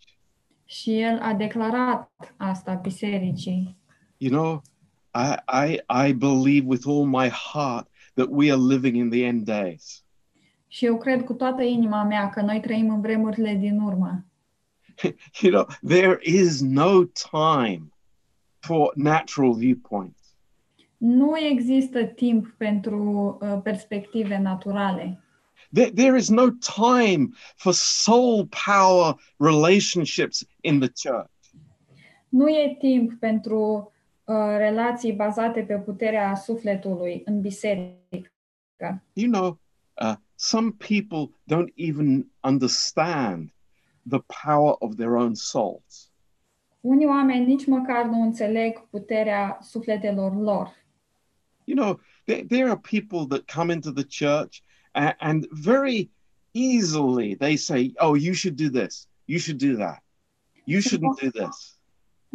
Speaker 2: și el a declarat asta bisericii.
Speaker 1: You know, I, I, I believe with all my heart that we are living in the end days.
Speaker 2: Și eu cred cu toată inima mea că noi trăim în vremurile din urmă.
Speaker 1: You know, there is no time for natural viewpoints.
Speaker 2: Nu există timp pentru uh, perspective naturale.
Speaker 1: There, there is no time for soul power relationships in the church.
Speaker 2: Nu e timp pentru uh, relații bazate pe puterea sufletului în biserică.
Speaker 1: You know, uh, some people don't even understand the power of their own souls.
Speaker 2: Unii oameni nici măcar nu înțeleg puterea sufletelor lor.
Speaker 1: you know, there, there are people that come into the church and, and very easily they say, oh, you should do this, you should do that, you shouldn't do this.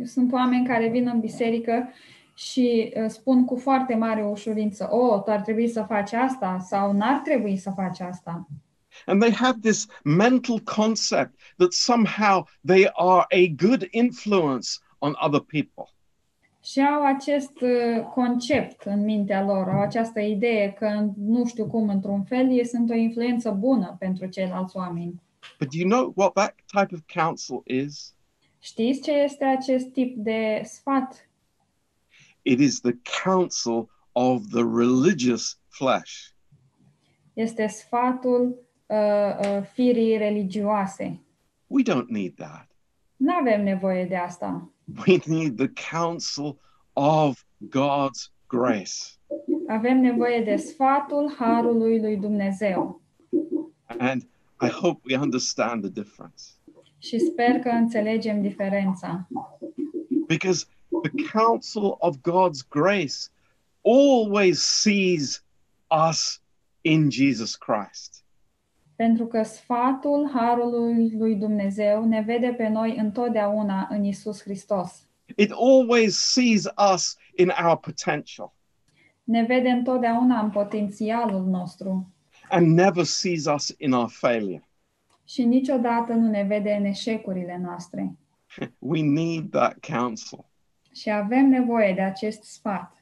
Speaker 2: Sunt oameni care vin în biserică și uh, spun cu foarte mare ușurință, o, oh, tu ar trebui să faci asta sau n-ar trebui să faci asta.
Speaker 1: And they have this mental concept that somehow they are a good influence on other people.
Speaker 2: Și au acest uh, concept în mintea lor, au această idee că, nu știu cum, într-un fel, ei sunt o influență bună pentru ceilalți oameni.
Speaker 1: But do you know what that type of counsel is?
Speaker 2: Știți ce este acest tip de sfat?
Speaker 1: It is the counsel of the religious flesh.
Speaker 2: Este sfatul uh, uh, firii religioase.
Speaker 1: We don't need that.
Speaker 2: Nu avem nevoie de asta.
Speaker 1: We need the counsel of God's grace.
Speaker 2: Avem nevoie de sfatul harului lui Dumnezeu.
Speaker 1: And I hope we understand the difference
Speaker 2: Și sper că înțelegem diferența.
Speaker 1: because the counsel of God's grace always sees us in Jesus Christ.
Speaker 2: Pentru că sfatul harului lui Dumnezeu ne vede pe noi întotdeauna în Isus Hristos.
Speaker 1: It- It always sees us in our potential
Speaker 2: Ne vede întotdeauna în potențialul nostru
Speaker 1: and never sees us in our failure.
Speaker 2: și niciodată nu ne vede în eșecurile noastre.
Speaker 1: We need that counsel.
Speaker 2: Și avem nevoie de acest sfat.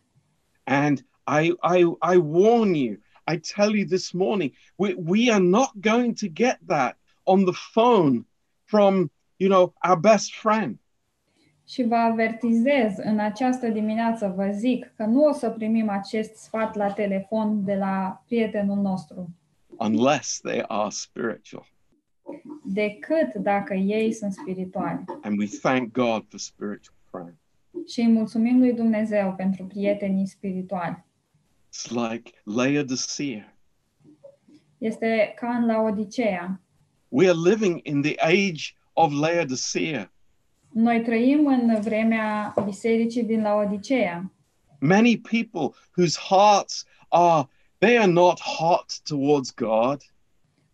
Speaker 1: And I, I, I warn you, I tell you this morning, we, we are not going to get that on the phone from, you know, our best friend.
Speaker 2: Și vă avertizez în această dimineață, vă zic că nu o să primim acest sfat la telefon de la prietenul nostru,
Speaker 1: unless they are spiritual.
Speaker 2: decât dacă ei sunt spirituali.
Speaker 1: And we thank God for spiritual friends.
Speaker 2: Și îi mulțumim lui Dumnezeu pentru prietenii spirituali.
Speaker 1: It's like Laodicea.
Speaker 2: Este ca în Laodicea.
Speaker 1: We are living in the age of Laodicea.
Speaker 2: Noi trăim în vremea bisericii din Laodicea.
Speaker 1: Many people whose hearts are, they are not hot towards God.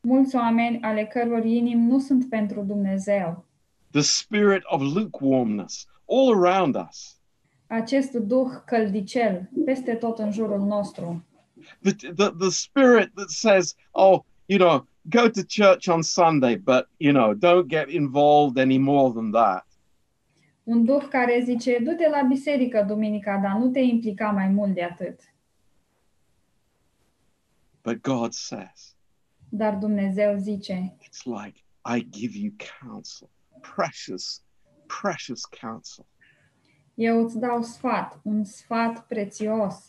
Speaker 2: Mulți oameni ale căror inimi nu sunt pentru Dumnezeu.
Speaker 1: The spirit of lukewarmness all around us.
Speaker 2: Acest duh căldicel peste tot în jurul nostru.
Speaker 1: The, the, the spirit that says, oh, you know, go to church on Sunday, but, you know, don't get involved any more than that.
Speaker 2: Un duh care zice, du-te la biserică duminica, dar nu te implica mai mult de atât.
Speaker 1: But God says,
Speaker 2: Dar Dumnezeu zice,
Speaker 1: It's like I give you counsel, precious, precious counsel.
Speaker 2: eu îți dau sfat, un sfat prețios.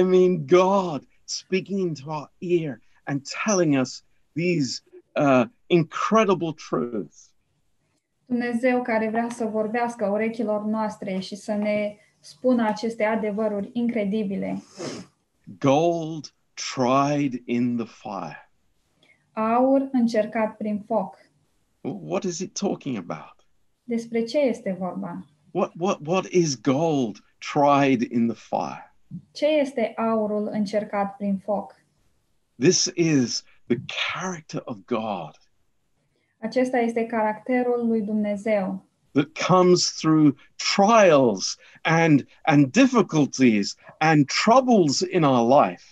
Speaker 1: I mean, God speaking into our ear and telling us these uh, incredible truths.
Speaker 2: Dumnezeu care vrea să vorbească urechilor noastre și să ne spună aceste adevăruri incredibile.
Speaker 1: Gold tried in the fire.
Speaker 2: Aur încercat prin foc.
Speaker 1: What is it talking about?
Speaker 2: Despre ce este vorba?
Speaker 1: What, what, what is gold tried in the fire?
Speaker 2: Ce este aurul încercat prin foc?
Speaker 1: This is the character of God
Speaker 2: Acesta este caracterul lui Dumnezeu,
Speaker 1: that comes through trials and and difficulties and troubles in our life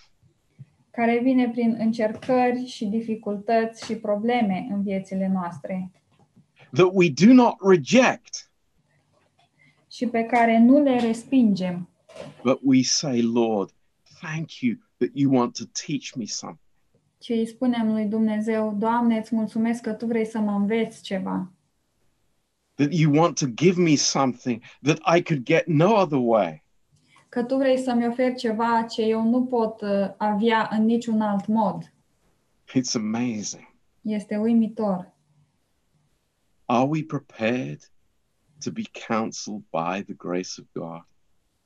Speaker 2: care vine prin încercări și dificultăți și probleme în viețile noastre
Speaker 1: that we do not reject
Speaker 2: și pe care nu le respingem,
Speaker 1: but we say lord thank you that you want to teach me something
Speaker 2: ci îi spunem lui Dumnezeu, Doamne, îți mulțumesc că Tu vrei să mă înveți ceva,
Speaker 1: that you want to give me something that i could get no other way
Speaker 2: că Tu vrei să-mi oferi ceva ce eu nu pot uh, avea în niciun alt mod.
Speaker 1: it's amazing
Speaker 2: Este uimitor.
Speaker 1: are we prepared to be counseled by the grace of god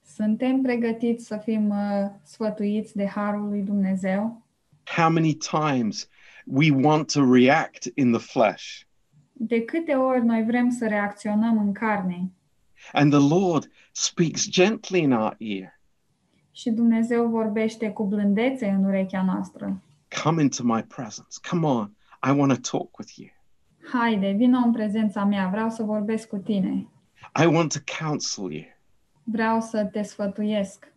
Speaker 2: Suntem pregătiți să fim uh, sfătuiți de Harul lui Dumnezeu?
Speaker 1: how many times we want to react in the flesh
Speaker 2: De câte ori noi vrem să reacționăm în carne
Speaker 1: And the Lord speaks gently in our ear
Speaker 2: și Dumnezeu vorbește cu blândețe în urechea noastră?
Speaker 1: Come into my presence. Come on. I want to talk with you.
Speaker 2: Haide, vină în prezența mea, vreau să vorbesc cu tine,
Speaker 1: I want to counsel you.
Speaker 2: vreau să te sfătuiesc.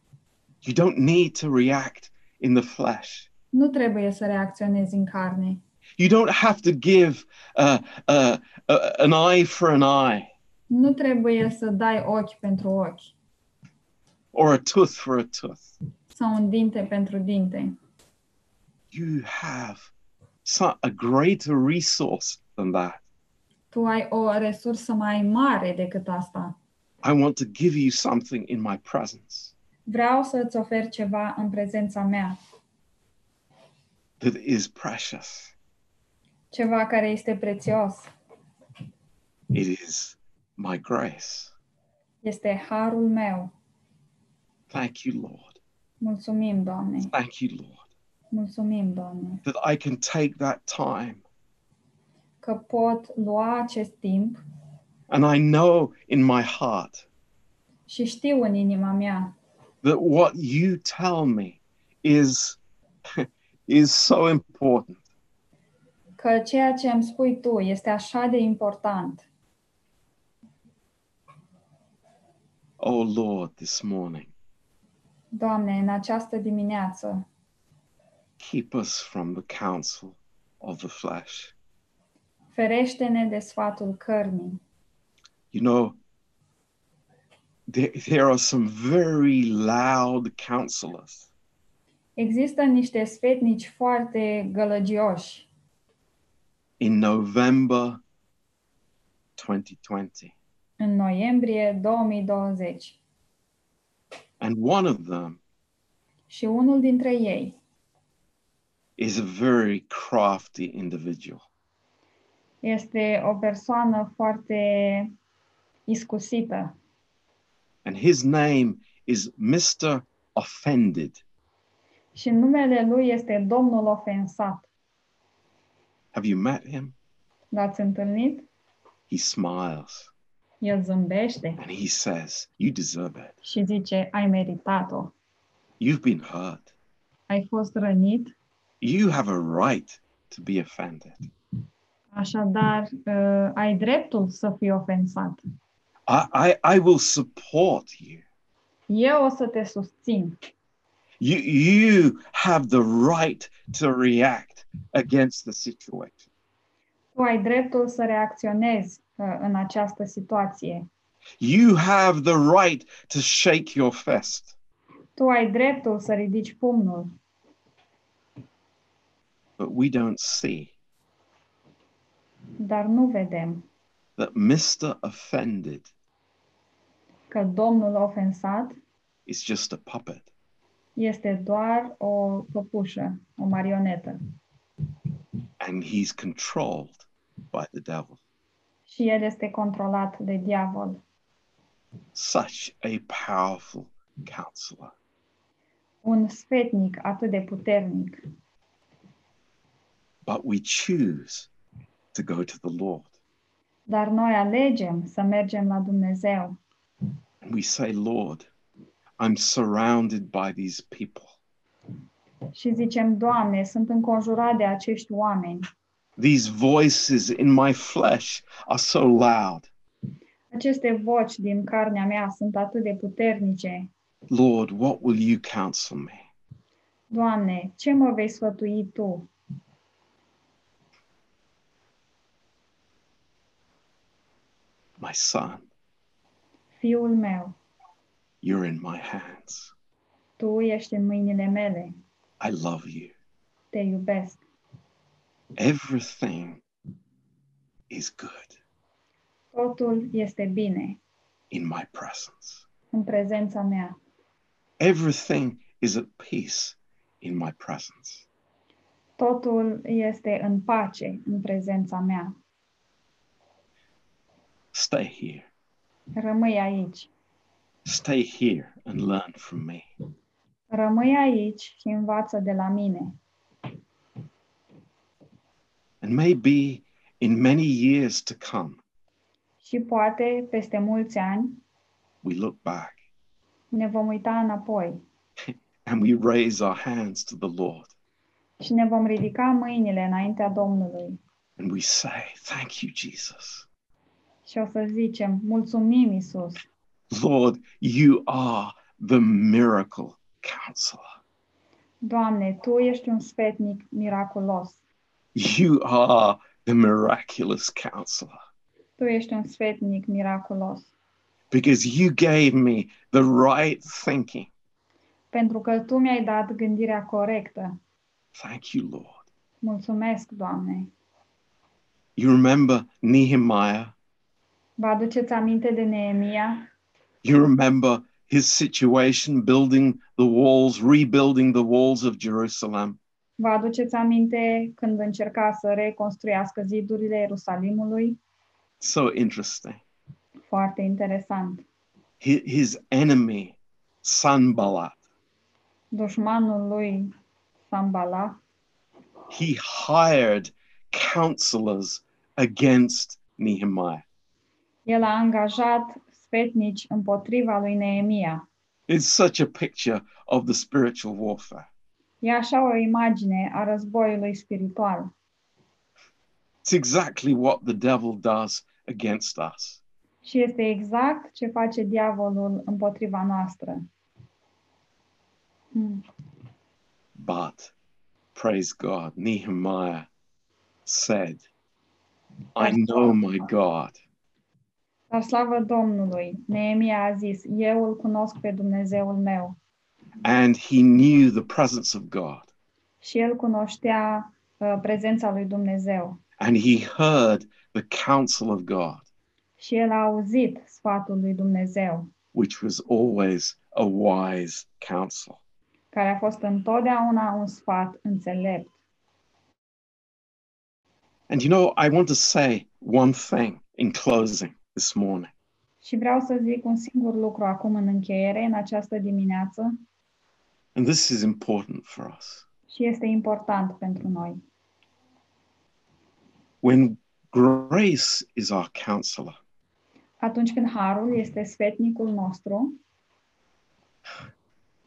Speaker 1: You don't need to react in the flesh.
Speaker 2: Nu trebuie să reacționezi în carne.
Speaker 1: You don't have to give uh, uh, uh, an eye for an eye
Speaker 2: Nu trebuie să dai ochi pentru ochi
Speaker 1: or a tooth for a tooth.
Speaker 2: sau un dinte pentru dinte.
Speaker 1: You have so- a greater resource than that.
Speaker 2: Tu ai o resursă mai mare decât asta.
Speaker 1: I want to give you something in my presence
Speaker 2: Vreau să îți ofer ceva în prezența mea,
Speaker 1: that is precious.
Speaker 2: ceva care este prețios.
Speaker 1: It is my grace.
Speaker 2: Este harul meu.
Speaker 1: Thank you, Lord.
Speaker 2: Mulțumim, Doamne.
Speaker 1: Thank you, Lord.
Speaker 2: Mulțumim, Doamne,
Speaker 1: that I can take that time.
Speaker 2: că pot lua acest timp
Speaker 1: And I know in my heart
Speaker 2: și știu în inima mea
Speaker 1: that what you tell me is, is so important.
Speaker 2: că ceea ce îmi spui tu este așa de important.
Speaker 1: oh Lord, this morning,
Speaker 2: Doamne, în această dimineață,
Speaker 1: keep us from the counsel of the flesh.
Speaker 2: ferește-ne de sfatul cărnii.
Speaker 1: You know, there, there are some very loud counselors,
Speaker 2: Există niște sfetnici foarte gălăgioși.
Speaker 1: in November 2020.
Speaker 2: În noiembrie 2020
Speaker 1: And one of them
Speaker 2: și unul dintre ei
Speaker 1: is a very crafty individual.
Speaker 2: este o persoană foarte iscusită
Speaker 1: And his name is Mr. Offended.
Speaker 2: și numele lui este Domnul Ofensat.
Speaker 1: Have you met him?
Speaker 2: L-ați întâlnit?
Speaker 1: He smiles
Speaker 2: El zâmbește
Speaker 1: and he says, You deserve it.
Speaker 2: și zice, ai meritat-o,
Speaker 1: You've been hurt.
Speaker 2: ai fost rănit,
Speaker 1: You have a right to be offended.
Speaker 2: așadar uh, ai dreptul să fii ofensat.
Speaker 1: I, I, I will support you.
Speaker 2: Eu o să te susțin.
Speaker 1: you. You have the right to react against the situation.
Speaker 2: Tu ai dreptul să reacționezi uh, în această situație.
Speaker 1: You have the right to shake your fist.
Speaker 2: Tu ai dreptul să ridici pumnul,
Speaker 1: But we don't see
Speaker 2: dar nu vedem
Speaker 1: that Mr. Offended
Speaker 2: că Domnul ofensat
Speaker 1: is just a puppet.
Speaker 2: este doar o păpușă, o marionetă.
Speaker 1: and he's controlled by the devil.
Speaker 2: Și el este controlat de diavol.
Speaker 1: Such a powerful counselor.
Speaker 2: Un sfetnic atât de puternic.
Speaker 1: But we choose to go to the Lord
Speaker 2: Dar noi alegem să mergem la Dumnezeu
Speaker 1: and we say, Lord, I'm surrounded by these people.
Speaker 2: și zicem, Doamne, sunt înconjurat de acești oameni.
Speaker 1: These voices in my flesh are so loud.
Speaker 2: Aceste voci din carnea mea sunt atât de puternice.
Speaker 1: Lord, what will you counsel me?
Speaker 2: Doamne, ce mă vei sfătui Tu?
Speaker 1: My son,
Speaker 2: Fiul meu,
Speaker 1: you're in my hands.
Speaker 2: Tu ești în mâinile mele,
Speaker 1: I love you.
Speaker 2: te iubesc.
Speaker 1: Everything is good
Speaker 2: Totul este bine
Speaker 1: in my presence.
Speaker 2: în prezența mea.
Speaker 1: Everything is at peace in my presence.
Speaker 2: Totul este în pace în prezența mea.
Speaker 1: Stay here.
Speaker 2: Rămâi aici.
Speaker 1: Stay here and learn from me.
Speaker 2: Rămâi aici și învață de la mine.
Speaker 1: And maybe in many years to come,
Speaker 2: Și poate, peste mulți ani,
Speaker 1: we look back
Speaker 2: ne vom uita înapoi
Speaker 1: and we raise our hands to the Lord
Speaker 2: și ne vom ridica mâinile înaintea Domnului
Speaker 1: and we say, Thank you, Jesus.
Speaker 2: și o să zicem, mulțumim, Isus,
Speaker 1: Lord, you are the miracle counselor.
Speaker 2: Doamne, Tu ești un sfetnic miraculos.
Speaker 1: You are the miraculous counselor
Speaker 2: Tu ești un sfetnic miraculos.
Speaker 1: because you gave me the right thinking.
Speaker 2: Pentru că Tu mi-ai dat gândirea corectă.
Speaker 1: Thank you, Lord.
Speaker 2: Mulțumesc, Doamne.
Speaker 1: You remember Nehemiah?
Speaker 2: Vă aduceți aminte de Neemia?
Speaker 1: You remember his situation building the walls, rebuilding the walls of Jerusalem.
Speaker 2: Vă aduceți aminte când încerca să reconstruiască zidurile Ierusalimului?
Speaker 1: So interesting.
Speaker 2: Foarte interesant.
Speaker 1: Hi- His enemy, Sanballat,
Speaker 2: Dușmanul lui Sambala
Speaker 1: he hired counselors against Nehemiah.
Speaker 2: El a angajat sfetnici împotriva lui Neemia.
Speaker 1: It's such a picture of the spiritual warfare.
Speaker 2: E așa o imagine a războiului spiritual.
Speaker 1: It's exactly what the devil does against us.
Speaker 2: Și este exact ce face diavolul împotriva noastră. Mm.
Speaker 1: But, praise God, Nehemiah said, I
Speaker 2: Praise
Speaker 1: know
Speaker 2: God.
Speaker 1: my God.
Speaker 2: Dar slavă Domnului, Neemia a zis, eu îl cunosc pe Dumnezeul meu.
Speaker 1: And he knew the presence of God.
Speaker 2: Și el cunoștea uh, prezența lui Dumnezeu.
Speaker 1: And he heard the counsel of God,
Speaker 2: Și el a auzit sfatul lui Dumnezeu,
Speaker 1: which was always a wise counsel.
Speaker 2: care a fost întotdeauna un sfat înțelept.
Speaker 1: And you know, I want to say one thing in closing this morning.
Speaker 2: Și vreau să zic un singur lucru acum în încheiere, în această dimineață,
Speaker 1: And this is important for us.
Speaker 2: și este important pentru noi.
Speaker 1: When grace is our counselor,
Speaker 2: Atunci când harul este sfetnicul nostru,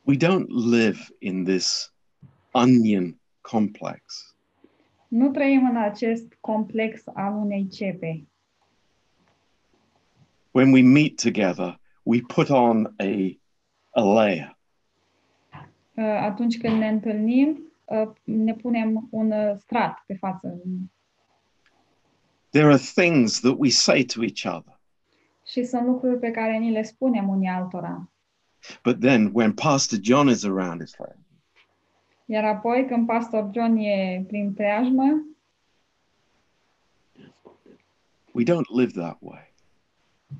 Speaker 1: we don't live in this onion complex.
Speaker 2: nu trăim în acest complex al unei cepe.
Speaker 1: When we meet together, we put on a, a layer.
Speaker 2: Uh, Atunci când ne întâlnim, uh, ne punem un uh, strat pe față
Speaker 1: There are things that we say to each other.
Speaker 2: și sunt lucruri pe care ni le spunem unii altora.
Speaker 1: But then when Pastor John is around, it's like,
Speaker 2: Iar apoi, când pastor John e prin preajmă,
Speaker 1: we don't live that way.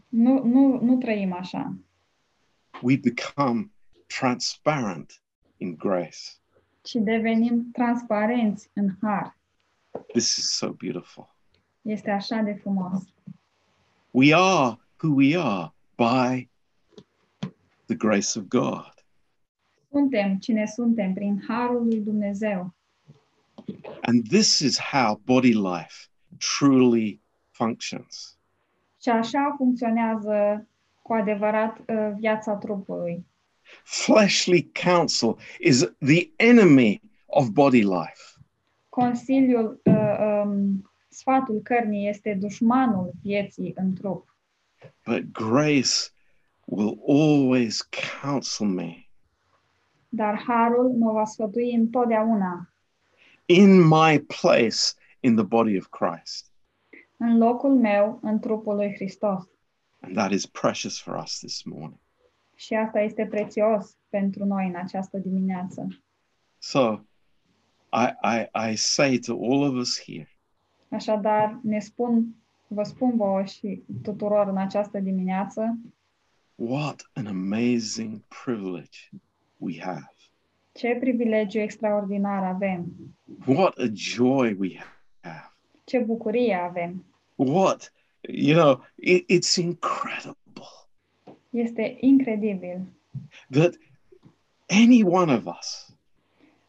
Speaker 2: nu, nu, nu trăim așa.
Speaker 1: We become transparent in grace.
Speaker 2: ci devenim transparenți în har.
Speaker 1: This is so beautiful.
Speaker 2: Este așa de frumos.
Speaker 1: We are who we are by the grace of God.
Speaker 2: Suntem cine suntem prin harul lui Dumnezeu
Speaker 1: And this is how body life truly functions.
Speaker 2: și așa funcționează cu adevărat uh, viața trupului.
Speaker 1: Fleshly counsel is the enemy of body life.
Speaker 2: Consiliul, uh, um, sfatul cărnii este dușmanul vieții în trup,
Speaker 1: But grace will always counsel me
Speaker 2: dar harul mă va sfătui întotdeauna
Speaker 1: in my place in the body of Christ.
Speaker 2: în locul meu, în trupul lui Hristos.
Speaker 1: And that is precious for us this morning.
Speaker 2: Și asta este prețios pentru noi în această dimineață.
Speaker 1: So I, I, I say to all of us here,
Speaker 2: Așadar, ne spun, vă spun vouă și tuturor în această dimineață
Speaker 1: what an amazing privilege we have.
Speaker 2: ce privilegiu extraordinar avem,
Speaker 1: What a joy we have.
Speaker 2: ce bucurie avem.
Speaker 1: What, you know, it, it's incredible
Speaker 2: Este incredibil
Speaker 1: that any one of us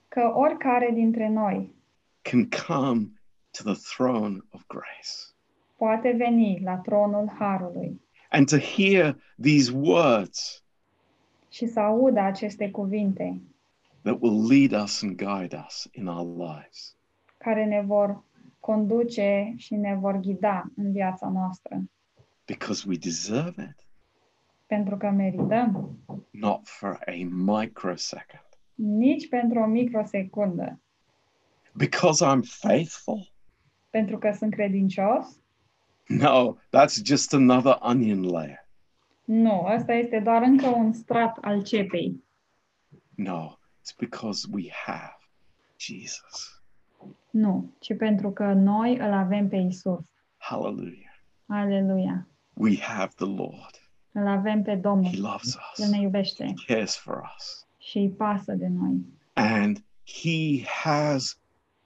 Speaker 2: că oricare dintre noi
Speaker 1: can come to the throne of grace
Speaker 2: poate veni la tronul Harului
Speaker 1: and to hear these words
Speaker 2: și să audă aceste cuvinte
Speaker 1: that will lead us and guide us in our lives.
Speaker 2: care ne vor conduce și ne vor ghida în viața noastră,
Speaker 1: because we deserve it,
Speaker 2: pentru că merităm
Speaker 1: not for a microsecond.
Speaker 2: nici pentru o microsecundă,
Speaker 1: Because I'm faithful?
Speaker 2: pentru că sunt credincios,
Speaker 1: No, that's just another onion layer.
Speaker 2: Nu, asta este doar încă un strat al cepei,
Speaker 1: No, it's because we have Jesus.
Speaker 2: nu, ci pentru că noi îl avem pe Isus.
Speaker 1: Hallelujah.
Speaker 2: Aleluia!
Speaker 1: We have the Lord.
Speaker 2: Îl avem pe Domnul,
Speaker 1: He loves
Speaker 2: El
Speaker 1: us,
Speaker 2: ne iubește
Speaker 1: cares for us,
Speaker 2: și îi pasă de noi.
Speaker 1: and He has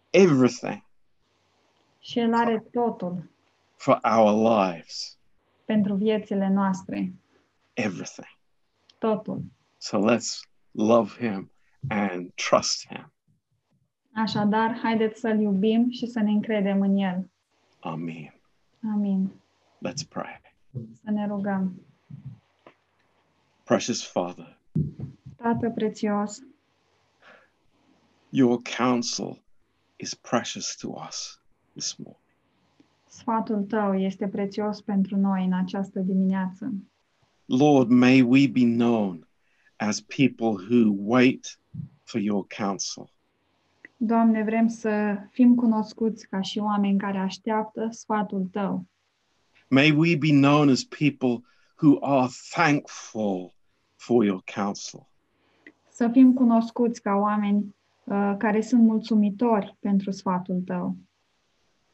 Speaker 1: everything
Speaker 2: Și El are totul
Speaker 1: for our lives.
Speaker 2: pentru viețile noastre,
Speaker 1: Everything.
Speaker 2: totul.
Speaker 1: So let's love Him and trust Him.
Speaker 2: Așadar, haideți să-L iubim și să ne încredem în El.
Speaker 1: Amen.
Speaker 2: Amin.
Speaker 1: Let's pray.
Speaker 2: Să ne rugăm.
Speaker 1: Precious Father,
Speaker 2: Tată prețios,
Speaker 1: Your counsel is precious to us this morning.
Speaker 2: Sfatul tău este prețios pentru noi în această dimineață.
Speaker 1: Lord, may we be known as people who wait for your counsel.
Speaker 2: Doamne, vrem să fim cunoscuți ca și oameni care așteaptă sfatul tău.
Speaker 1: May we be known as people who are thankful for your counsel.
Speaker 2: Să fim cunoscuți ca oameni uh, care sunt mulțumitori pentru sfatul tău.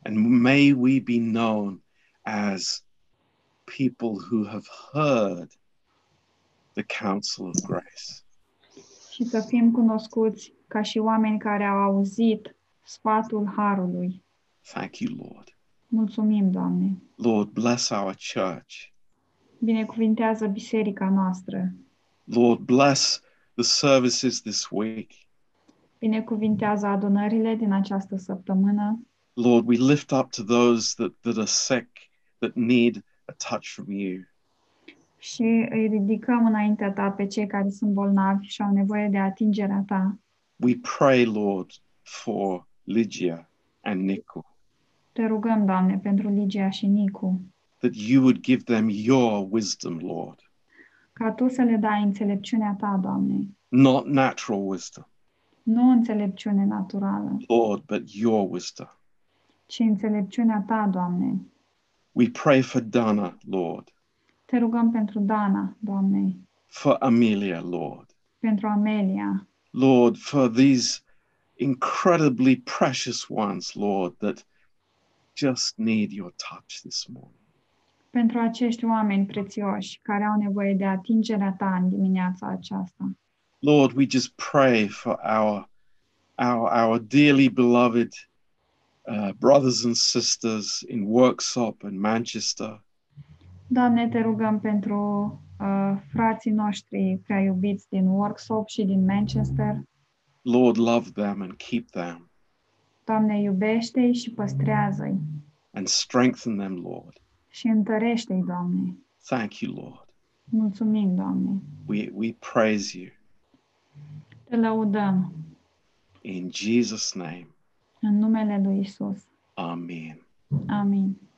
Speaker 1: And may we be known as people who have heard the counsel of grace.
Speaker 2: Și să fim cunoscuți ca și oameni care au auzit sfatul harului.
Speaker 1: Thank you, Lord.
Speaker 2: Mulțumim, Doamne.
Speaker 1: Lord, bless our church.
Speaker 2: Binecuvintează biserica noastră.
Speaker 1: Lord, bless the services this week.
Speaker 2: Binecuvintează adunările din această săptămână.
Speaker 1: Lord, we lift up to those that, that are sick, that need a touch from you.
Speaker 2: și îi ridicăm înaintea ta pe cei care sunt bolnavi și au nevoie de atingerea ta.
Speaker 1: We pray, Lord, for Lygia and Nico,
Speaker 2: Te rugăm, Doamne, pentru Ligia și Nicu,
Speaker 1: that you would give them your wisdom, Lord,
Speaker 2: ca tu să le dai înțelepciunea ta, Doamne,
Speaker 1: not natural wisdom,
Speaker 2: nu înțelepciune naturală,
Speaker 1: Lord, but your wisdom.
Speaker 2: ci înțelepciunea ta, Doamne.
Speaker 1: We pray for Dana, Lord,
Speaker 2: Te rugăm pentru Dana, Doamne,
Speaker 1: for Amelia, Lord,
Speaker 2: pentru Amelia,
Speaker 1: Lord, for these incredibly precious ones, Lord, that just need your touch this morning.
Speaker 2: pentru acești oameni prețioși care au nevoie de atingerea ta în dimineața aceasta.
Speaker 1: Lord, we just pray for our our our dearly beloved uh, brothers and sisters in Worksop and Manchester.
Speaker 2: Doamne, te rugăm pentru uh, frații noștri prea iubiți din workshop și din Manchester.
Speaker 1: Lord, love them and keep them
Speaker 2: Doamne, iubește-i și păstrează-i
Speaker 1: and strengthen them, Lord.
Speaker 2: și întărește-i, Doamne.
Speaker 1: Thank you, Lord.
Speaker 2: Mulțumim, Doamne.
Speaker 1: We we praise you
Speaker 2: Te lăudăm
Speaker 1: in Jesus' name.
Speaker 2: în numele lui Isus.
Speaker 1: Amen.
Speaker 2: Amin.